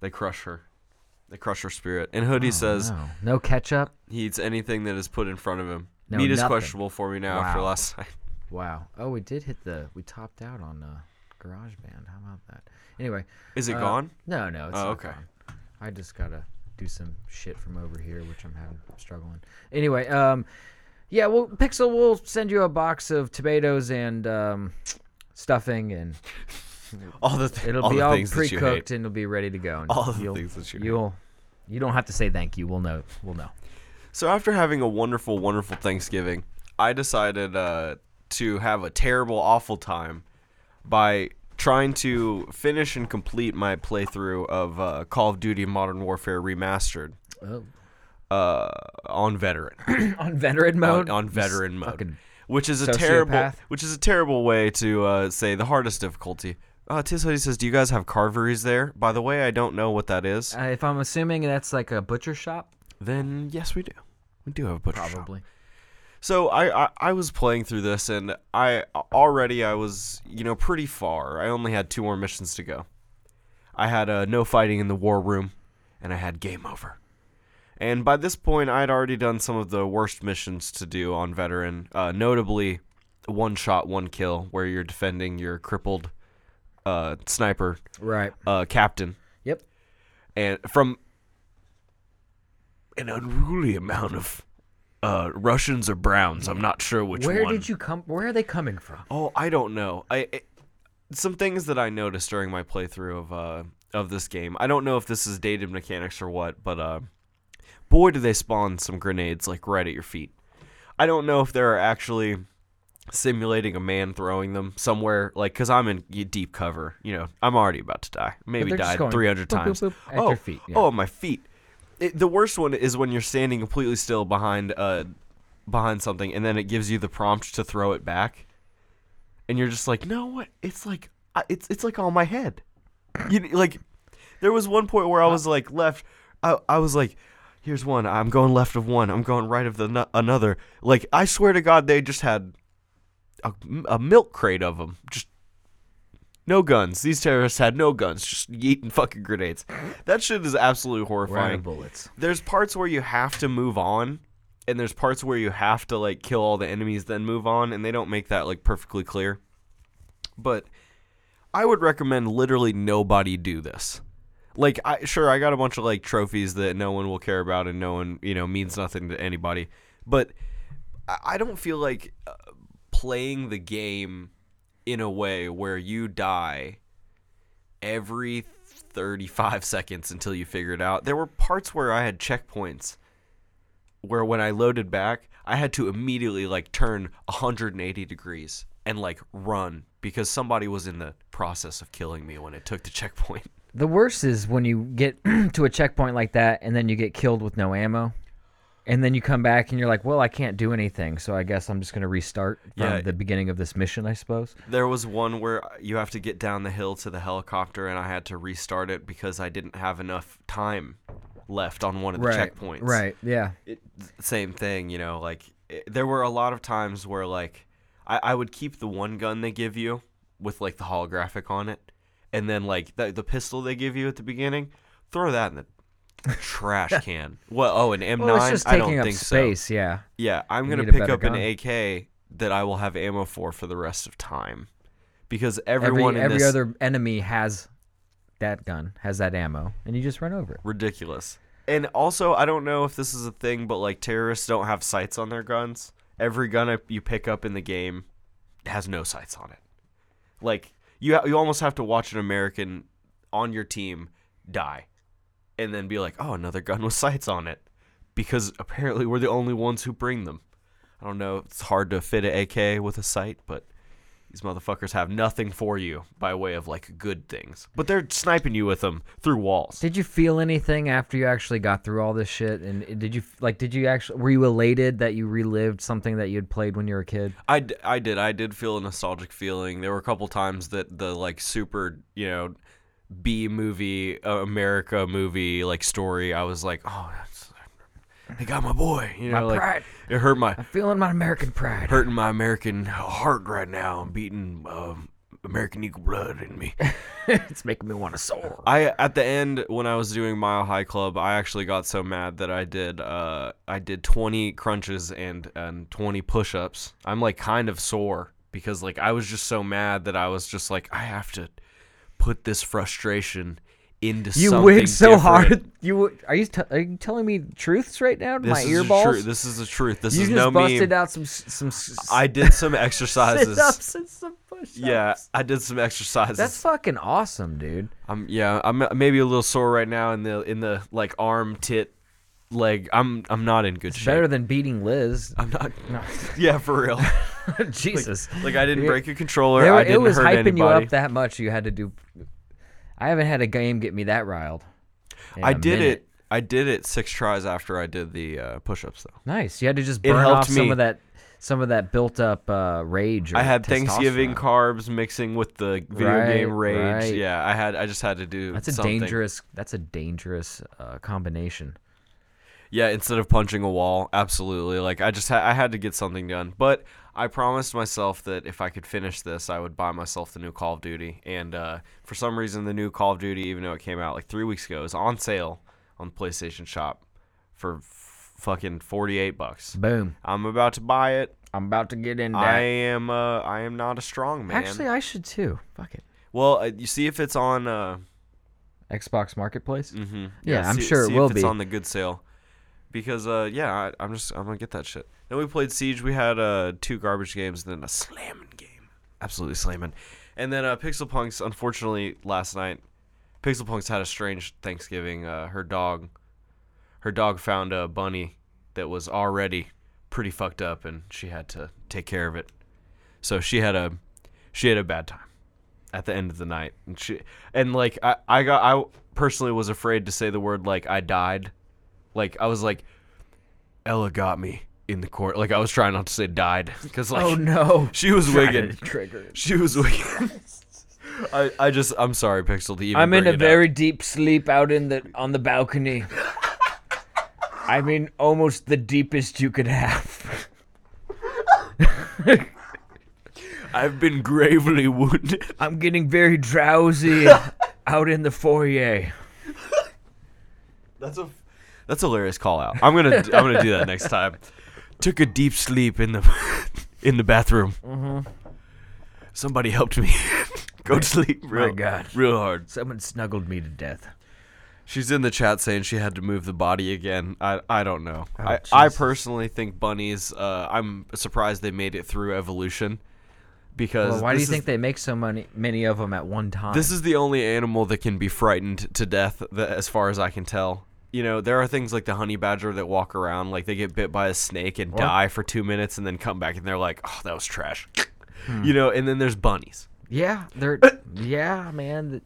Speaker 4: They crush her. They crush her spirit. And Hoodie says
Speaker 3: Oh, No, no ketchup.
Speaker 4: he eats anything that is put in front of him.
Speaker 3: No,
Speaker 4: Meat is
Speaker 3: nothing.
Speaker 4: questionable for me now after
Speaker 3: Wow.
Speaker 4: last night.
Speaker 3: Wow. Oh, we did hit the. We topped out on uh, Garage Band. How about that? Anyway.
Speaker 4: Is it
Speaker 3: uh,
Speaker 4: gone?
Speaker 3: No, no. It's
Speaker 4: Oh,
Speaker 3: not
Speaker 4: okay.
Speaker 3: Gone. I just gotta do some shit from over here, which I'm having struggling. Anyway, um, yeah. Well, Pixel, we'll send you a box of tomatoes and um, stuffing, and
Speaker 4: All the th-
Speaker 3: it'll
Speaker 4: all
Speaker 3: be
Speaker 4: the
Speaker 3: all
Speaker 4: things that you hate.
Speaker 3: pre-cooked, and it'll be ready to go. And
Speaker 4: All the
Speaker 3: you'll,
Speaker 4: things that you hate.
Speaker 3: you'll you don't have to say thank you. We'll know. We'll know.
Speaker 4: So after having a wonderful, wonderful Thanksgiving, I decided uh, to have a terrible, awful time by trying to finish and complete my playthrough of uh, Call of Duty Modern Warfare Remastered
Speaker 3: Oh.
Speaker 4: uh, on veteran
Speaker 3: on veteran mode.
Speaker 4: on, on veteran
Speaker 3: Just
Speaker 4: mode,
Speaker 3: fucking-
Speaker 4: which is a terrible,
Speaker 3: sociopath.
Speaker 4: which is a terrible way to uh, say the hardest difficulty. Uh, Tiz Hoodie says, "Do you guys have carveries there?" By the way, I don't know what that is.
Speaker 3: Uh, if I'm assuming that's like a butcher shop,
Speaker 4: then yes, we do. We do have a butcher shop.
Speaker 3: probably.
Speaker 4: So I, I I was playing through this and I already I was you know pretty far. I only had two more missions to go. I had uh, no fighting in the war room, and I had game over. And by this point, I'd already done some of the worst missions to do on veteran, uh, notably one shot, one kill, where you're defending your crippled uh, sniper
Speaker 3: Right.
Speaker 4: uh, captain
Speaker 3: Yep.
Speaker 4: and from an unruly amount of uh, Russians or Browns. I'm not sure which
Speaker 3: Where
Speaker 4: one.
Speaker 3: did you come? Where are they coming from?
Speaker 4: Oh, I don't know. I it, some things that I noticed during my playthrough of uh of this game. I don't know if this is dated mechanics or what, but uh, boy, do they spawn some grenades like right at your feet. I don't know if they're actually simulating a man throwing them somewhere, like because I'm in y- deep cover. You know, I'm already about to die. Maybe
Speaker 3: they're just
Speaker 4: died
Speaker 3: going
Speaker 4: 300
Speaker 3: boop, boop,
Speaker 4: times.
Speaker 3: boop at
Speaker 4: oh,
Speaker 3: your feet, yeah.
Speaker 4: oh, my feet. It, the worst one is when you're standing completely still behind uh behind something, and then it gives you the prompt to throw it back and you're just like, no, what? It's like, I- it's it's like on my head. You kn- like, there was one point where I was like left. I I was like, here's one. I'm going left of one. I'm going right of the no- another. Like I swear to God, they just had a, a milk crate of them. Just no guns. These terrorists had no guns. Just eating fucking grenades. That shit is absolutely
Speaker 3: We're out of
Speaker 4: horrifying
Speaker 3: bullets.
Speaker 4: there's parts where you have to move on and there's parts where you have to like kill all the enemies then move on and they don't make that like perfectly clear but i would recommend literally nobody do this like i sure i got a bunch of like trophies that no one will care about and no one you know means nothing to anybody but i, I don't feel like uh, playing the game in a way where you die every 35 seconds until you figure it out. There were parts where I had checkpoints where when I loaded back, I had to immediately like turn 180 degrees and like run because somebody was in the process of killing me when it took the checkpoint.
Speaker 3: The worst is when you get to a checkpoint like that and then you get killed with no ammo. And then you come back and you're like, well, I can't do anything, so I guess I'm just going to restart from
Speaker 4: Yeah.
Speaker 3: the beginning of this mission, I suppose.
Speaker 4: There was one where you have to get down the hill to the helicopter and I had to restart it because I didn't have enough time left on one of the checkpoints.
Speaker 3: Right, yeah.
Speaker 4: it, same thing, you know, like it, there were a lot of times where like I, I would keep the one gun they give you with like the holographic on it, and then like the, the pistol they give you at the beginning, throw that in the trash can. Well, oh, an M9.
Speaker 3: Well, it's just
Speaker 4: I
Speaker 3: taking
Speaker 4: don't
Speaker 3: up
Speaker 4: think
Speaker 3: space,
Speaker 4: so.
Speaker 3: yeah.
Speaker 4: Yeah, I'm gonna
Speaker 3: need a
Speaker 4: pick
Speaker 3: better
Speaker 4: up
Speaker 3: gun.
Speaker 4: an AK that I will have ammo for for the rest of time, because
Speaker 3: Every,
Speaker 4: everyone in
Speaker 3: every
Speaker 4: this
Speaker 3: other enemy has that gun, has that ammo, and you just run over it.
Speaker 4: ridiculous. And also, I don't know if this is a thing, but like terrorists don't have sights on their guns. Every gun I- you pick up in the game has no sights on it. Like you, ha- you almost have to watch an American on your team die, and then be like, "Oh, another gun with sights on it," because apparently we're the only ones who bring them. I don't know. It's hard to fit an AK with a sight, but These motherfuckers have nothing for you by way of like good things, but they're sniping you with them through walls.
Speaker 3: Did you feel anything after you actually got through all this shit? And did you like? Did you actually? Were you elated that you relived something that you had played when you were a kid?
Speaker 4: I, d- I did I did feel a nostalgic feeling. There were a couple times that the like super you know B movie uh, America movie like story. I was like, oh, that's, they got my boy. You know, like
Speaker 3: pride.
Speaker 4: it hurt my
Speaker 3: Feeling my American pride.
Speaker 4: hurting my American heart right now. I'm beating um, American Eagle blood in me.
Speaker 3: it's making me want to soar.
Speaker 4: I at the end when I was doing Mile High Club, I actually got so mad that I did uh I did 20 crunches and and 20 push-ups. I'm like kind of sore because like I was just so mad that I was just like I have to put this frustration into
Speaker 3: You
Speaker 4: something
Speaker 3: wigged so
Speaker 4: different.
Speaker 3: hard. You wi- are you t- are you telling me truths right now? To
Speaker 4: This
Speaker 3: my
Speaker 4: is
Speaker 3: ear
Speaker 4: the
Speaker 3: balls.
Speaker 4: truth. This is the truth. This
Speaker 3: you
Speaker 4: is
Speaker 3: just
Speaker 4: no
Speaker 3: busted
Speaker 4: meme.
Speaker 3: out some s- some s-
Speaker 4: I did some
Speaker 3: sit
Speaker 4: exercises.
Speaker 3: ups and some push-ups.
Speaker 4: Yeah, I did some exercises.
Speaker 3: that's fucking awesome, dude.
Speaker 4: I'm yeah, I'm uh, maybe a little sore right now in the in the like arm, tit, leg. I'm I'm not in good shape.
Speaker 3: Better than beating Liz.
Speaker 4: I'm not. Yeah, for real.
Speaker 3: Jesus.
Speaker 4: like I didn't
Speaker 3: Yeah.
Speaker 4: break a controller.
Speaker 3: They were-
Speaker 4: I didn't
Speaker 3: it was
Speaker 4: hurt
Speaker 3: hyping
Speaker 4: anybody.
Speaker 3: you up that much. You had to do. I haven't had a game get me that riled. in
Speaker 4: I
Speaker 3: a
Speaker 4: did
Speaker 3: minute.
Speaker 4: it. I did it six tries after I did the uh, push-ups though.
Speaker 3: Nice. You had to just
Speaker 4: It
Speaker 3: burn
Speaker 4: helped
Speaker 3: off some
Speaker 4: me.
Speaker 3: of that some of that built up uh, rage. Or
Speaker 4: I had Thanksgiving
Speaker 3: testosterone.
Speaker 4: carbs mixing with the video
Speaker 3: Right,
Speaker 4: game rage.
Speaker 3: right.
Speaker 4: Yeah, I had. I just had to do.
Speaker 3: That's a
Speaker 4: something.
Speaker 3: dangerous. That's a dangerous uh, combination.
Speaker 4: Yeah, instead of punching a wall, absolutely. Like I just ha- I had to get something done, but I promised myself that if I could finish this, I would buy myself the new Call of Duty. And uh, for some reason, the new Call of Duty, even though it came out like three weeks ago, is on sale on the PlayStation Shop for f- fucking forty eight bucks.
Speaker 3: Boom.
Speaker 4: I'm about to buy it.
Speaker 3: I'm about to get in.
Speaker 4: I
Speaker 3: That.
Speaker 4: am uh, I am not a strong man.
Speaker 3: Actually, I should too. Fuck it.
Speaker 4: well, uh, you see if it's on. Uh,
Speaker 3: Xbox Marketplace.
Speaker 4: Mm-hmm.
Speaker 3: Yeah, I'm sure it will
Speaker 4: if It's
Speaker 3: be.
Speaker 4: on the good sale, because uh, yeah, I, I'm just I'm gonna get that shit. Then we played Siege. We had uh two garbage games, and then a slamming game, absolutely slamming. And then uh, Pixel Punks, unfortunately, last night, Pixel Punks had a strange Thanksgiving. Uh, her dog, her dog found a bunny that was already pretty fucked up, and she had to take care of it. So she had a she had a bad time at the end of the night and she and like I, I got I personally was afraid to say the word like I died like I was like Ella got me in the corner like I was trying not to say died because like
Speaker 3: Oh no.
Speaker 4: she was wigging
Speaker 3: Trigger.
Speaker 4: she was wigging I, I just I'm sorry Pixel to even
Speaker 3: I'm in
Speaker 4: bring
Speaker 3: a
Speaker 4: it up.
Speaker 3: very deep sleep out in the on the balcony. I mean, almost the deepest you could have.
Speaker 4: I've been gravely wounded
Speaker 3: I'm getting very drowsy out in the foyer.
Speaker 4: that's a that's a hilarious call out I'm gonna I'm gonna do that next time took a deep sleep in the in the bathroom
Speaker 3: Mm-hmm.
Speaker 4: somebody helped me go to sleep real,
Speaker 3: God.
Speaker 4: real hard
Speaker 3: Someone snuggled me to death.
Speaker 4: She's in the chat saying she had to move the body again. I I don't know.
Speaker 3: Oh,
Speaker 4: I,
Speaker 3: Jesus.
Speaker 4: I personally think bunnies. Uh, I'm surprised they made it through evolution, because
Speaker 3: Well, why do you
Speaker 4: this
Speaker 3: think
Speaker 4: is,
Speaker 3: they make so many many of them at one time?
Speaker 4: this is the only animal that can be frightened to death, that, as far as I can tell. You know, there are things like the honey badger that walk around, like they get bit by a snake and die for two minutes, and then come back and they're like, "Oh, that was trash,"
Speaker 3: Hmm.
Speaker 4: you know. And then there's bunnies.
Speaker 3: yeah, they're
Speaker 4: Uh,
Speaker 3: yeah, man. th-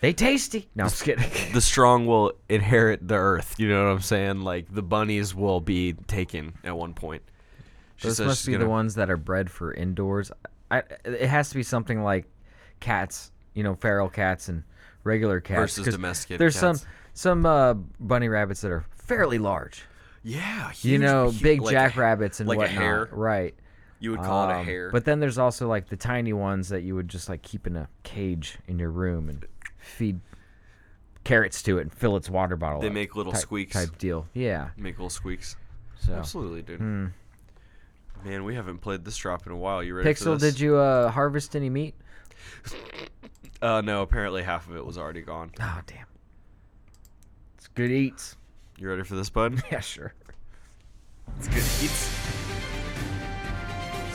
Speaker 3: They tasty. No, I'm just kidding.
Speaker 4: the strong will inherit the earth. You know what I'm saying? Like the bunnies will be taken at one point. She
Speaker 3: Those
Speaker 4: says
Speaker 3: must
Speaker 4: she's
Speaker 3: be the
Speaker 4: gonna-
Speaker 3: ones that are bred for indoors. I, it has to be something like cats, you know, feral cats and regular cats.
Speaker 4: Versus
Speaker 3: 'cause
Speaker 4: domesticated
Speaker 3: There's
Speaker 4: cats.
Speaker 3: some some uh, bunny rabbits that are fairly large.
Speaker 4: Yeah,
Speaker 3: You
Speaker 4: huge-
Speaker 3: know,
Speaker 4: hu-
Speaker 3: big
Speaker 4: like a-
Speaker 3: jackrabbits and
Speaker 4: like
Speaker 3: whatnot.
Speaker 4: a hare.
Speaker 3: Right.
Speaker 4: You would call it a
Speaker 3: Um,
Speaker 4: hare.
Speaker 3: But then there's also like the tiny ones that you would just like keep in a cage in your room and feed carrots to it and fill its water bottle.
Speaker 4: they
Speaker 3: up
Speaker 4: make little
Speaker 3: type,
Speaker 4: squeaks,
Speaker 3: type deal. Yeah.
Speaker 4: make little squeaks.
Speaker 3: So. Hmm.
Speaker 4: Absolutely, dude. Man, we haven't played this drop in a while. You ready? for
Speaker 3: Pixel,
Speaker 4: this?
Speaker 3: did you uh, harvest any meat?
Speaker 4: Uh, no. Apparently, half of it was already gone.
Speaker 3: Oh damn. It's good eats.
Speaker 4: You ready for this, bud?
Speaker 3: Yeah, sure.
Speaker 4: it's good. It's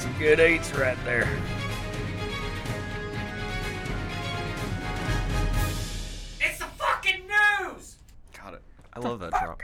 Speaker 3: Some good eats right there.
Speaker 5: It's the fucking news!
Speaker 4: got it. I love that drop.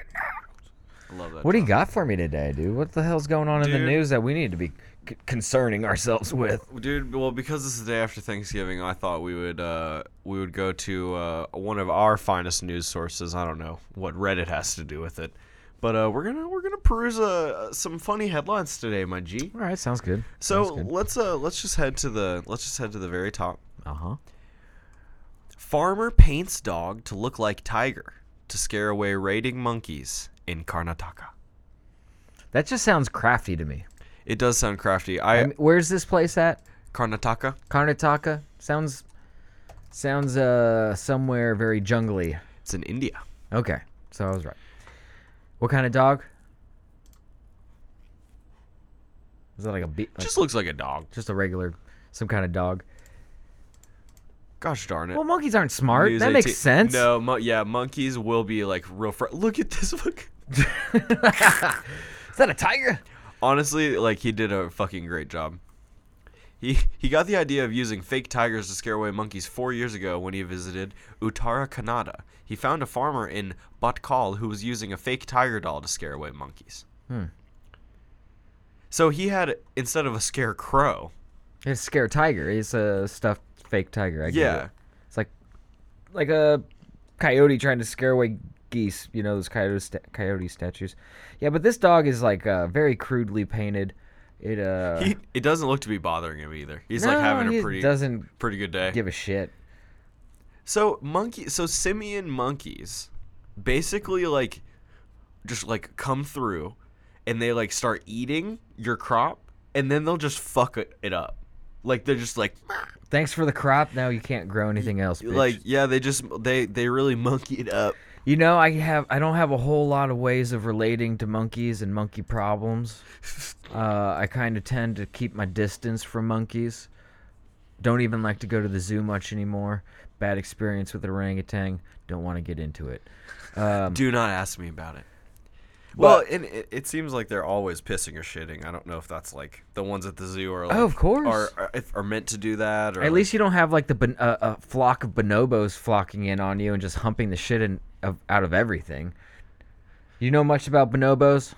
Speaker 4: I love that.
Speaker 3: What do you
Speaker 4: job.
Speaker 3: got for me today, dude? What the hell's going on in the
Speaker 4: Dude.
Speaker 3: news that we need to be c- concerning ourselves with?
Speaker 4: Dude, well, because this is the day after Thanksgiving, I thought we would uh, we would go to uh, one of our finest news sources. I don't know what Reddit has to do with it, but uh, we're gonna we're gonna peruse uh, some funny headlines today, my G.
Speaker 3: All right, sounds good.
Speaker 4: So let's uh, let's just head to the let's just head to the very top.
Speaker 3: uh huh.
Speaker 4: Farmer paints dog to look like tiger to scare away raiding monkeys in Karnataka.
Speaker 3: That just sounds crafty to me.
Speaker 4: It does sound crafty. I,
Speaker 3: I mean, where's this place at?
Speaker 4: Karnataka.
Speaker 3: Karnataka sounds sounds uh somewhere very jungly.
Speaker 4: It's in India.
Speaker 3: Okay, so I was right. What kind of dog? Is that like a be- like
Speaker 4: Just looks like a dog.
Speaker 3: just a regular some kind of dog?
Speaker 4: Gosh darn it.
Speaker 3: Well, monkeys aren't smart.
Speaker 4: News
Speaker 3: That
Speaker 4: 18
Speaker 3: makes sense.
Speaker 4: No, mo- yeah, monkeys will be like real. Fr- Look at this book.
Speaker 3: Is that a tiger?
Speaker 4: Honestly, like he did a fucking great job. He he got the idea of using fake tigers to scare away monkeys four years ago when he visited Uttara Kannada. He found a farmer in Bhatkal who was using a fake tiger doll to scare away monkeys.
Speaker 3: Hmm.
Speaker 4: So he had instead of a scarecrow,
Speaker 3: It's a scare tiger. It's a stuffed fake tiger. I get
Speaker 4: yeah,
Speaker 3: it. It's like like a coyote trying to scare away geese. You know those coyote sta- coyote statues. Yeah, but this dog is like uh, very crudely painted. It uh.
Speaker 4: he it doesn't look to be bothering him either. He's
Speaker 3: no,
Speaker 4: like having
Speaker 3: he
Speaker 4: a pretty
Speaker 3: doesn't
Speaker 4: pretty good day.
Speaker 3: give a shit.
Speaker 4: So monkey, so simian monkeys, basically like, just like come through, and they like start eating your crop, and then they'll just fuck it, it up, like they're just like,
Speaker 3: Thanks for the crop. Now you can't grow anything else. Bitch.
Speaker 4: like yeah, they just they they really monkey it up.
Speaker 3: you know, I have I don't have a whole lot of ways of relating to monkeys and monkey problems. Uh, I kind of tend to keep my distance from monkeys. Don't even like to go to the zoo much anymore. Bad experience with orangutan. Don't want to get into it. Um,
Speaker 4: Do not ask me about it. Well, and it, it seems like they're always pissing or shitting. I don't know if that's like the ones at the zoo are. Like,
Speaker 3: Oh, of course.
Speaker 4: Are, are if- are meant to do that or
Speaker 3: at least you don't have like the bon- uh, a flock of bonobos flocking in on you and just humping the shit in, of, out of everything. You know much about bonobos?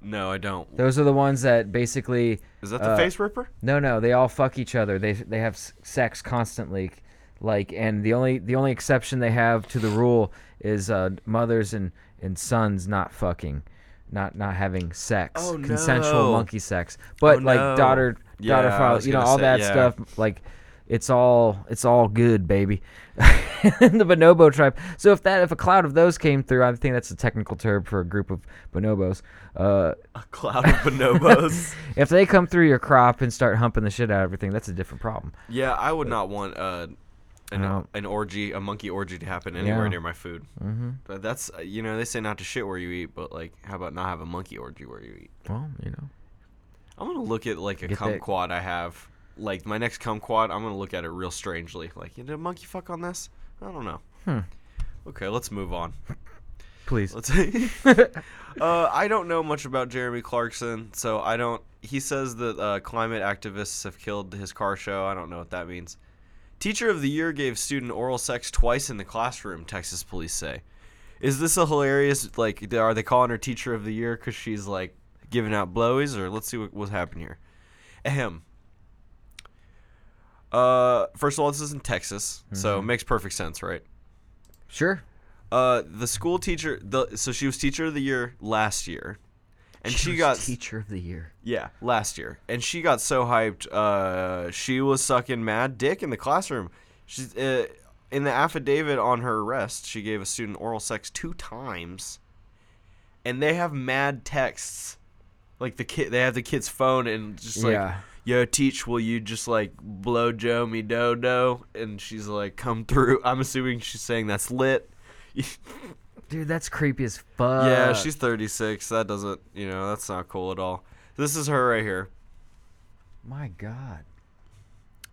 Speaker 4: no, I don't.
Speaker 3: Those are the ones that basically
Speaker 4: Is that the
Speaker 3: uh,
Speaker 4: face ripper?
Speaker 3: No, no, they all fuck each other. They they have s- sex constantly, like, and the only the only exception they have to the rule is uh, mothers and and sons not fucking, not not having sex,
Speaker 4: Oh,
Speaker 3: consensual
Speaker 4: no.
Speaker 3: monkey sex. But
Speaker 4: Oh,
Speaker 3: like
Speaker 4: no.
Speaker 3: daughter
Speaker 4: Yeah,
Speaker 3: daughter
Speaker 4: I
Speaker 3: father,
Speaker 4: was
Speaker 3: you know
Speaker 4: gonna
Speaker 3: all
Speaker 4: say-
Speaker 3: that
Speaker 4: yeah.
Speaker 3: stuff. Like, it's all it's all good, baby. the bonobo tribe. So if that if a cloud of those came through, I think that's a technical term for a group of bonobos. Uh,
Speaker 4: A cloud of bonobos.
Speaker 3: if they come through your crop and start humping the shit out of everything, that's a different problem.
Speaker 4: Yeah, I would not want uh, an,
Speaker 3: don't-
Speaker 4: an orgy, a monkey orgy to happen anywhere
Speaker 3: Yeah.
Speaker 4: near my food. Mm-hmm. But that's, uh, you know, they say not to shit where you eat, but like, how about not have a monkey orgy where you eat?
Speaker 3: Well, you know.
Speaker 4: I'm going to look at like a
Speaker 3: Get that-
Speaker 4: kumquat I have. Like, my next kumquat, I'm going to look at it real strangely. Like, did a monkey fuck on this? I don't know.
Speaker 3: Hmm.
Speaker 4: Okay, let's move on.
Speaker 3: Please.
Speaker 4: Let's uh, I don't know much about Jeremy Clarkson, so I don't. He says that uh, climate activists have killed his car show. I don't know what that means. Teacher of the year gave student oral sex twice in the classroom. Texas police say. Is this a hilarious like? Are they calling her teacher of the year because she's like giving out blowies? Or let's see what, what's happening here. Ahem. Uh, first of all, this is in Texas, so it makes perfect sense, right?
Speaker 3: Sure.
Speaker 4: Uh, the school teacher. The so she was teacher of the year last year, and she,
Speaker 3: was
Speaker 4: got
Speaker 3: teacher of the year.
Speaker 4: yeah last year, and she got so hyped. Uh, she was sucking mad dick in the classroom. She's uh, in the affidavit on her arrest. She gave a student oral sex two times, and they have mad texts. Like the kid, they have the kid's phone and just like,
Speaker 3: Yeah.
Speaker 4: "Yo, teach, will you just like blow Joe me dodo?" And she's like, "Come through." I'm assuming she's saying that's lit.
Speaker 3: Dude, that's creepy as fuck.
Speaker 4: Yeah, she's 36. That doesn't, you know, that's not cool at all. This is her right here.
Speaker 3: My God.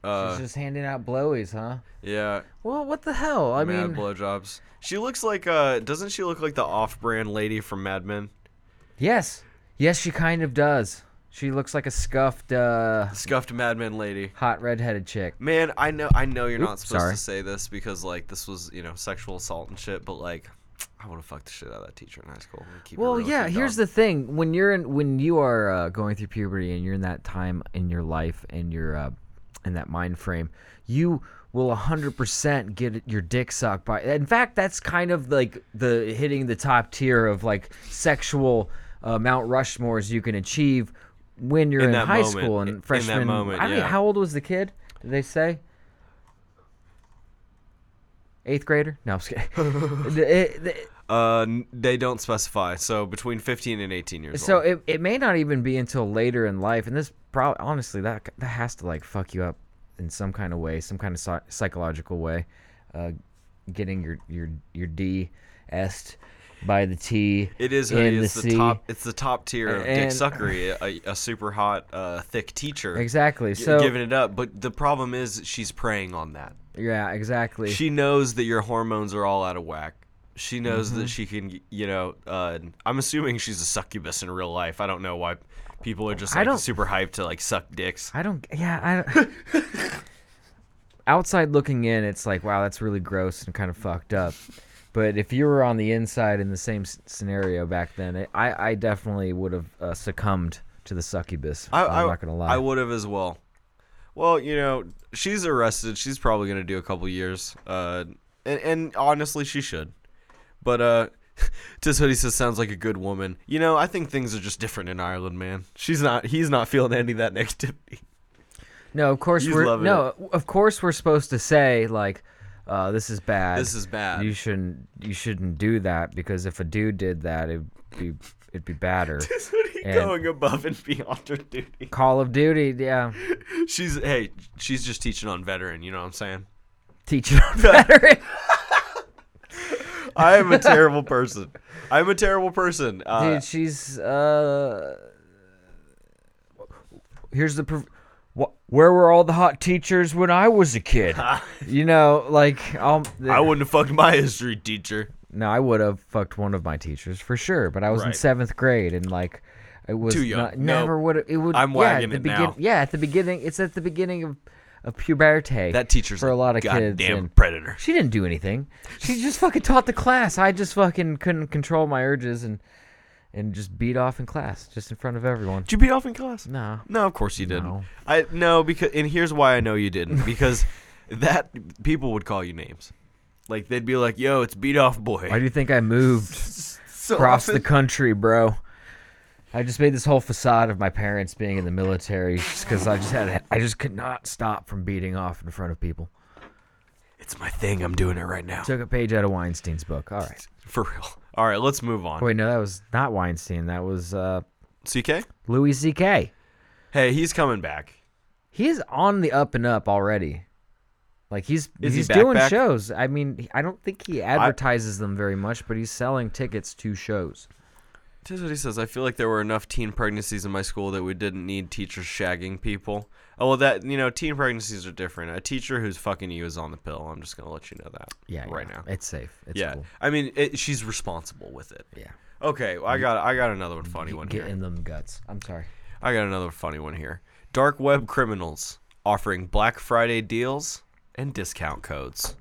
Speaker 4: Uh,
Speaker 3: she's just handing out blowies, huh?
Speaker 4: yeah,
Speaker 3: Well, what the hell? I
Speaker 4: mad
Speaker 3: mean,
Speaker 4: blowjobs. She looks like, uh, doesn't she look like the off-brand lady from Mad Men?
Speaker 3: yes, yes, she kind of does. She looks like a scuffed, uh,
Speaker 4: Scuffed Mad Men lady.
Speaker 3: hot redheaded chick.
Speaker 4: Man, I know, I know you're not
Speaker 3: Oop,
Speaker 4: supposed
Speaker 3: sorry.
Speaker 4: to say this because like this was, you know, sexual assault and shit, but like, I would have fucked the shit out of that teacher in high school. I'm gonna keep it
Speaker 3: Well,
Speaker 4: real with
Speaker 3: yeah.
Speaker 4: you,
Speaker 3: Here's
Speaker 4: dog.
Speaker 3: the thing: when you're in, when you are uh, going through puberty and you're in that time in your life and you're uh, in that mind frame, you will 100% get your dick sucked by. In fact, that's kind of like the hitting the top tier of like sexual uh, Mount Rushmores you can achieve when you're in,
Speaker 4: In that
Speaker 3: high
Speaker 4: moment,
Speaker 3: school
Speaker 4: i- in
Speaker 3: and
Speaker 4: that
Speaker 3: freshman.
Speaker 4: moment,
Speaker 3: I don't know,
Speaker 4: yeah.
Speaker 3: how old was the kid? Did they say? Eighth grader? No, I'm just kidding. It- it-
Speaker 4: Uh, n- they don't specify. So between 15 and 18 years
Speaker 3: So
Speaker 4: old.
Speaker 3: it, it may not even be until later in life, and this probably honestly that that has to like fuck you up in some kind of way, some kind of psy- psychological way, uh, getting your your your D s by the T.
Speaker 4: It is.
Speaker 3: in
Speaker 4: It's the,
Speaker 3: C.
Speaker 4: top. It's the top tier of dick
Speaker 3: And-
Speaker 4: suckery. A, a super hot, uh, thick teacher.
Speaker 3: Exactly.
Speaker 4: gi-
Speaker 3: So
Speaker 4: giving it up, but the problem is she's preying on that.
Speaker 3: yeah, exactly.
Speaker 4: She knows that your hormones are all out of whack. She knows
Speaker 3: Mm-hmm.
Speaker 4: that she can, you know. Uh, I'm assuming she's a succubus in real life. I don't know why people are just
Speaker 3: I
Speaker 4: like
Speaker 3: don't-
Speaker 4: super hyped to like suck dicks.
Speaker 3: I don't. Yeah, I. don't- outside looking in, it's like wow, that's really gross and kind of fucked up. But if you were on the inside in the same s- scenario back then, it, I I definitely would have uh, succumbed to the succubus.
Speaker 4: I,
Speaker 3: I'm not gonna lie.
Speaker 4: I would have as well. Well, you know, she's arrested. She's probably gonna do a couple years. Uh, and, and honestly, she should. But uh, Tis Hoodie says sounds like a good woman. You know, I think things are just different in Ireland, man. She's not. He's not feeling any of that negativity.
Speaker 3: no, of course
Speaker 4: He's
Speaker 3: we're
Speaker 4: loving
Speaker 3: no, of course we're supposed to say like, uh, this is bad.
Speaker 4: This is bad.
Speaker 3: You shouldn't you shouldn't do that because if a dude did that, it'd be it'd be badder.
Speaker 4: Tis Hoodie
Speaker 3: And-
Speaker 4: going above and beyond her duty.
Speaker 3: Call of Duty, yeah.
Speaker 4: She's hey, she's just teaching on veteran. You know what I'm saying?
Speaker 3: Teaching on veteran.
Speaker 4: I am a terrible person. I'm a terrible person. Uh,
Speaker 3: Dude, she's uh. Here's the. Prov- wh- where were all the hot teachers when I was a kid? you know, like um.
Speaker 4: I wouldn't have fucked my history teacher.
Speaker 3: No, I would have fucked one of my teachers for sure, but I was in
Speaker 4: Right.
Speaker 3: seventh grade and like. It was
Speaker 4: Too young.
Speaker 3: Not,
Speaker 4: No.
Speaker 3: never would it would.
Speaker 4: I'm
Speaker 3: yeah,
Speaker 4: wagging
Speaker 3: at the
Speaker 4: it now.
Speaker 3: Yeah, at the beginning, it's at the beginning of, of puberty.
Speaker 4: That teacher's
Speaker 3: for a lot of
Speaker 4: goddamn
Speaker 3: kids. and-
Speaker 4: predator.
Speaker 3: She didn't do anything. She just fucking taught the class. I just fucking couldn't control my urges and and just beat off in class, just in front of everyone.
Speaker 4: Did you beat off in class?
Speaker 3: No.
Speaker 4: No, of course you didn't.
Speaker 3: No.
Speaker 4: I no because and here's why I know you didn't because that people would call you names. Like they'd be like, "Yo, it's beat off boy."
Speaker 3: Why do you think I moved
Speaker 4: so
Speaker 3: across the
Speaker 4: often-
Speaker 3: country, bro? I just made this whole facade of my parents being in the military just because I just had I just could not stop from beating off in front of people.
Speaker 4: It's my thing. I'm doing it right now.
Speaker 3: Took a page out of Weinstein's book. All right.
Speaker 4: For real. All right, let's move on.
Speaker 3: Wait, no, that was not Weinstein. That was uh,
Speaker 4: CK?
Speaker 3: Louis C.K.
Speaker 4: Hey, he's coming back.
Speaker 3: He is on the up and up already. Like he's
Speaker 4: Is he
Speaker 3: he's
Speaker 4: back,
Speaker 3: doing
Speaker 4: back?
Speaker 3: shows. I mean, he- I don't think he advertises them very much, but he's selling tickets to shows.
Speaker 4: Tis what he says. I feel like there were enough teen pregnancies in my school that we didn't need teachers shagging people. Oh well, that you know, teen pregnancies are different. A teacher who's fucking you is on the pill. I'm just gonna let you know that.
Speaker 3: Yeah,
Speaker 4: right
Speaker 3: yeah,
Speaker 4: now.
Speaker 3: it's safe. It's
Speaker 4: yeah,
Speaker 3: cool.
Speaker 4: I mean, it, she's responsible with it.
Speaker 3: Yeah,
Speaker 4: Okay, I got I got another one funny one
Speaker 3: get
Speaker 4: here.
Speaker 3: in them guts. I'm sorry.
Speaker 4: I got another funny one here. Dark web criminals offering Black Friday deals and discount codes.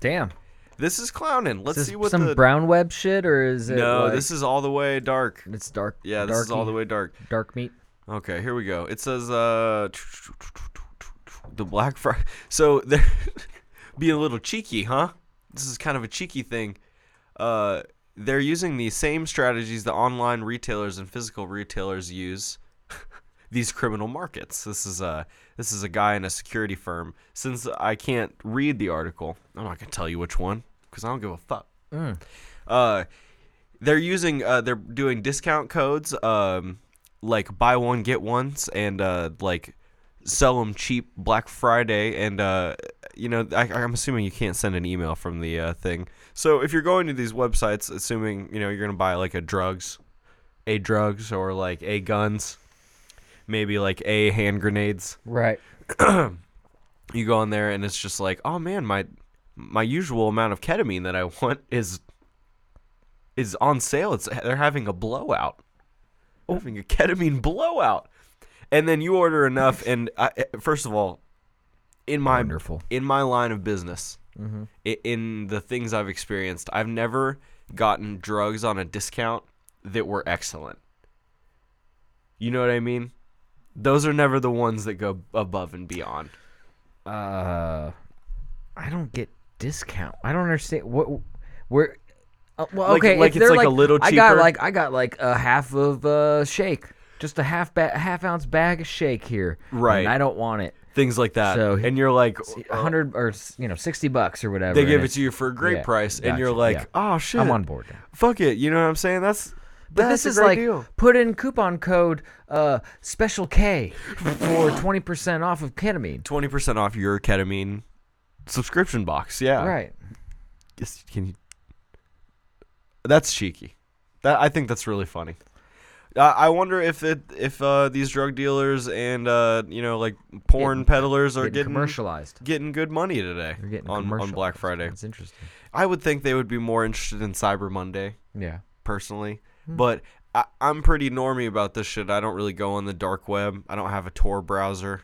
Speaker 3: Damn.
Speaker 4: This is clowning. Let's
Speaker 3: Is
Speaker 4: see
Speaker 3: this
Speaker 4: what
Speaker 3: some
Speaker 4: the
Speaker 3: brown web shit or is it?
Speaker 4: no.
Speaker 3: like-
Speaker 4: This is all the way dark.
Speaker 3: it's dark.
Speaker 4: Yeah, this is all the
Speaker 3: darky-
Speaker 4: way dark.
Speaker 3: dark meat.
Speaker 4: Okay, here we go. It says uh the Black Friday. So they're being a little cheeky, huh? This is kind of a cheeky thing. Uh, they're using the same strategies the online retailers and physical retailers use. These criminal markets. This is a this is a guy in a security firm. Since I can't read the article, I'm not gonna tell you which one because I don't give a fuck. Uh, they're using uh, they're doing discount codes um like buy one get ones and uh like sell them cheap black friday and uh you know I, i'm assuming you can't send an email from the uh, thing so if you're going to these websites assuming you know you're gonna buy like a drugs a drugs or like a guns maybe like a hand grenades
Speaker 3: Right.
Speaker 4: you go on there and it's just like, oh man, my my usual amount of ketamine that I want is is on sale. It's they're having a blowout, having a ketamine blowout, and then you order enough. And I, first of all, in my
Speaker 3: Wonderful.
Speaker 4: in my line of business, i in the things I've experienced, I've never gotten drugs on a discount that were excellent. You know what I mean? Those are never the ones that go above and beyond.
Speaker 3: Uh, I don't get discount. I don't understand what where. Uh, well,
Speaker 4: Like-
Speaker 3: okay,
Speaker 4: like
Speaker 3: if
Speaker 4: it's
Speaker 3: they're
Speaker 4: like a little
Speaker 3: I got
Speaker 4: cheaper?
Speaker 3: like I got like a half of uh, shake, just a half ba- half ounce bag of shake here.
Speaker 4: Right.
Speaker 3: and I don't want it.
Speaker 4: Things like that.
Speaker 3: So-
Speaker 4: and you're like, uh,
Speaker 3: A hundred or s- you know sixty bucks or whatever.
Speaker 4: they
Speaker 3: and
Speaker 4: give it
Speaker 3: it's-
Speaker 4: to you for a great
Speaker 3: yeah,
Speaker 4: price, and you're
Speaker 3: gotcha,
Speaker 4: like,
Speaker 3: yeah.
Speaker 4: oh shit,
Speaker 3: I'm on board. Now.
Speaker 4: Fuck it. You know what I'm saying? That's
Speaker 3: But
Speaker 4: that's
Speaker 3: this is
Speaker 4: a great
Speaker 3: like
Speaker 4: deal.
Speaker 3: put in coupon code uh special K for twenty percent off of ketamine.
Speaker 4: twenty percent off your ketamine subscription box. Yeah,
Speaker 3: Right.
Speaker 4: Yes, Can you? That's cheeky. That I think that's really funny. I I wonder if it if uh, these drug dealers and uh, you know like porn
Speaker 3: Getting-
Speaker 4: peddlers are
Speaker 3: Getting
Speaker 4: getting
Speaker 3: commercialized.
Speaker 4: getting good money today
Speaker 3: They're getting
Speaker 4: on on
Speaker 3: commercialized.
Speaker 4: Black Friday.
Speaker 3: That's interesting.
Speaker 4: I would think they would be more interested in Cyber Monday
Speaker 3: Yeah.
Speaker 4: personally, but I, I'm pretty normy about this shit. I don't really go on the dark web. I don't have a Tor browser.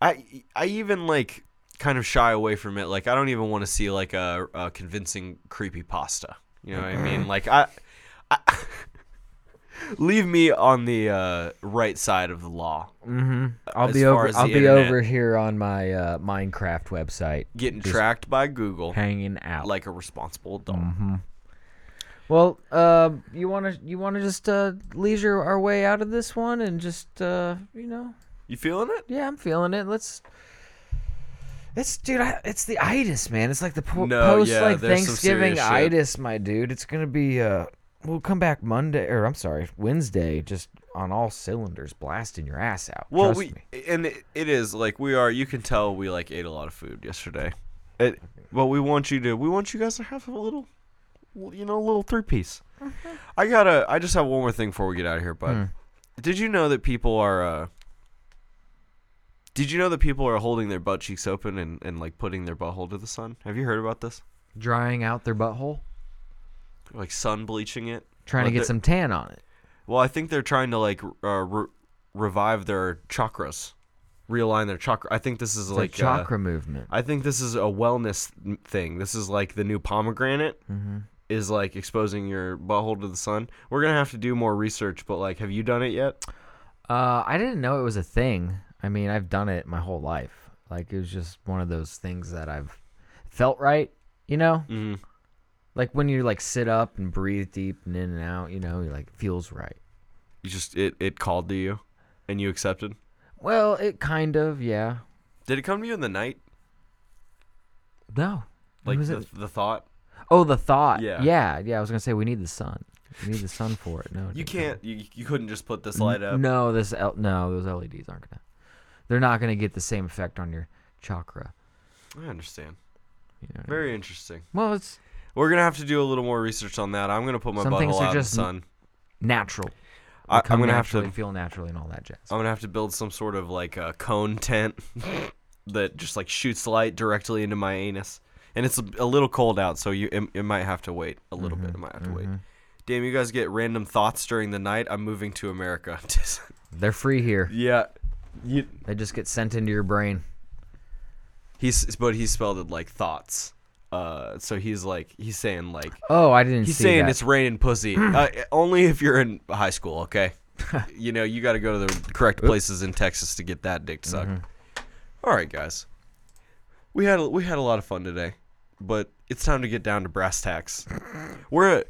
Speaker 4: I I even like kind of shy away from it. Like I don't even want to see like a, a convincing creepy pasta. You know what I mean? Like I, I leave me on the uh, right side of the law.
Speaker 3: I'll
Speaker 4: as
Speaker 3: be
Speaker 4: far
Speaker 3: over.
Speaker 4: as the
Speaker 3: I'll be
Speaker 4: internet.
Speaker 3: over here on my uh, Minecraft website,
Speaker 4: Getting
Speaker 3: Just-
Speaker 4: tracked by Google
Speaker 3: hanging out.
Speaker 4: like a responsible adult.
Speaker 3: well, uh, you want to you want to just uh, leisure our way out of this one and just uh, you know,
Speaker 4: You feeling it?
Speaker 3: yeah, I'm feeling it. Let's. It's dude, I, it's the itis, man. It's like the po-
Speaker 4: No,
Speaker 3: post
Speaker 4: yeah,
Speaker 3: like
Speaker 4: there's some serious
Speaker 3: Thanksgiving
Speaker 4: shit.
Speaker 3: itis, my dude. It's gonna be uh, we'll come back Monday or I'm sorry, Wednesday, just on all cylinders, blasting your ass out.
Speaker 4: Well,
Speaker 3: Trust
Speaker 4: we
Speaker 3: me.
Speaker 4: and it, it is like we are. You can tell we like ate a lot of food yesterday. It, but we want you to. We want you guys to have a little, you know, a little three piece. I gotta. I just have one more thing before we get out of here. But
Speaker 3: Hmm.
Speaker 4: did you know that people are? uh Did you know that people are holding their butt cheeks open and and like putting their butthole to the sun? Have you heard about this?
Speaker 3: drying out their butthole,
Speaker 4: Like sun bleaching it.
Speaker 3: trying
Speaker 4: Let
Speaker 3: to get
Speaker 4: the-
Speaker 3: some tan on it.
Speaker 4: Well, I think they're trying to like r- uh, re- revive their chakras, realign their chakra. I think this is
Speaker 3: It's
Speaker 4: like
Speaker 3: like
Speaker 4: uh,
Speaker 3: chakra movement.
Speaker 4: I think this is a wellness n- thing. This is like the new pomegranate
Speaker 3: Mm-hmm.
Speaker 4: is like exposing your butthole to the sun. We're gonna have to do more research, but like, have you done it yet?
Speaker 3: Uh, I didn't know it was a thing. I mean, I've done it my whole life. Like it was just one of those things that I've felt right, you know.
Speaker 4: Mm-hmm.
Speaker 3: Like when you like sit up and breathe deep and in and out, you know, it, like feels right.
Speaker 4: You just it it called to you, and you accepted.
Speaker 3: Well, it kind of, yeah.
Speaker 4: Did it come to you in the night?
Speaker 3: No,
Speaker 4: Like
Speaker 3: was
Speaker 4: the,
Speaker 3: it?
Speaker 4: the thought.
Speaker 3: Oh, the thought.
Speaker 4: Yeah.
Speaker 3: Yeah, yeah, yeah. I was gonna say we need the sun. We need the sun for it. No, it
Speaker 4: You
Speaker 3: didn't come.
Speaker 4: can't. You, you couldn't just put this light up.
Speaker 3: No, this L- no, those LEDs aren't gonna. They're not gonna get the same effect on your chakra.
Speaker 4: I understand.
Speaker 3: You know what I mean?
Speaker 4: Very interesting.
Speaker 3: Well, it's
Speaker 4: We're gonna have to do a little more research on that. I'm gonna put my
Speaker 3: Some things
Speaker 4: butthole
Speaker 3: are
Speaker 4: out in the
Speaker 3: just n-
Speaker 4: sun.
Speaker 3: natural.
Speaker 4: I, I'm
Speaker 3: Come
Speaker 4: gonna have to. Oh.
Speaker 3: naturally, feel naturally and all that jazz.
Speaker 4: I'm gonna have to build some sort of like a cone tent that just like shoots light directly into my anus. And it's a, a little cold out, so you it, it might have to wait a little bit. It might have to wait. Damn, you guys get random thoughts during the night. I'm moving to America.
Speaker 3: They're free here.
Speaker 4: yeah, you,
Speaker 3: They just get sent into your brain.
Speaker 4: he's but he spelled it like thoughts. Uh, so he's like he's saying like
Speaker 3: Oh, I didn't
Speaker 4: he's
Speaker 3: see
Speaker 4: saying
Speaker 3: that.
Speaker 4: it's raining pussy. uh, only if you're in high school, okay? you know you got to go to the correct places in Texas to get that dick sucked.
Speaker 3: Mm-hmm.
Speaker 4: All right, guys. We had a, we had a lot of fun today, but it's time to get down to brass tacks. We're a,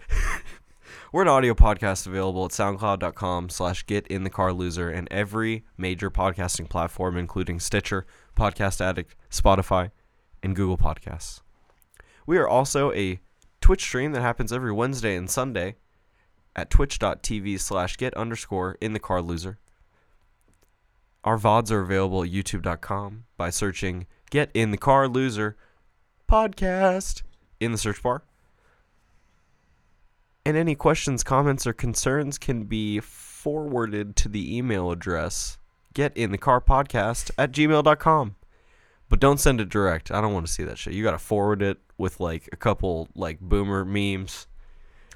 Speaker 4: we're an audio podcast available at soundcloud.com slash get in the car loser and every major podcasting platform including Stitcher, Podcast Addict, Spotify, and Google Podcasts. We are also a Twitch stream that happens every Wednesday and Sunday at twitch.tv slash get underscore in the car loser. Our VODs are available at youtube.com by searching Get in the Car Loser podcast in the search bar. And any questions, comments, or concerns can be forwarded to the email address get in the car podcast at gmail.com. But don't send it direct. I don't want to see that shit. You got to forward it with like a couple like boomer memes.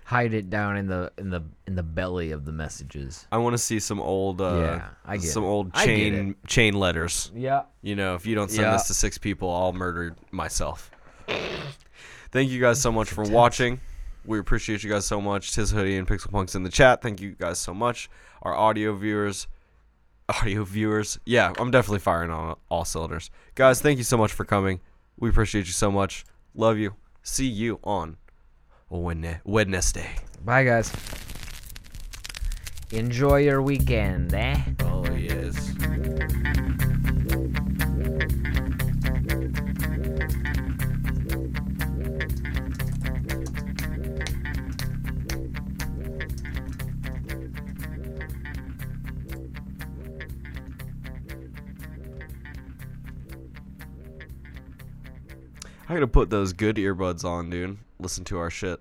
Speaker 3: Hide it down in the in the in the belly of the messages.
Speaker 4: I want to see some old uh
Speaker 3: Yeah, I get
Speaker 4: some
Speaker 3: it.
Speaker 4: old
Speaker 3: I get
Speaker 4: chain chain letters.
Speaker 3: Yeah.
Speaker 4: You know, if you don't send
Speaker 3: Yeah.
Speaker 4: this to six people, I'll murder myself. Thank you guys so much for watching. We appreciate you guys so much. Tis Hoodie and Pixel Punks in the chat. Thank you guys so much. Our audio viewers, audio viewers. Yeah, I'm definitely firing on all cylinders. Guys, thank you so much for coming. We appreciate you so much. Love you. See you on Wedne- Wednesday.
Speaker 3: Bye, guys. Enjoy your weekend, eh?
Speaker 4: Oh, yes. I gotta put those good earbuds on, dude. Listen to our shit.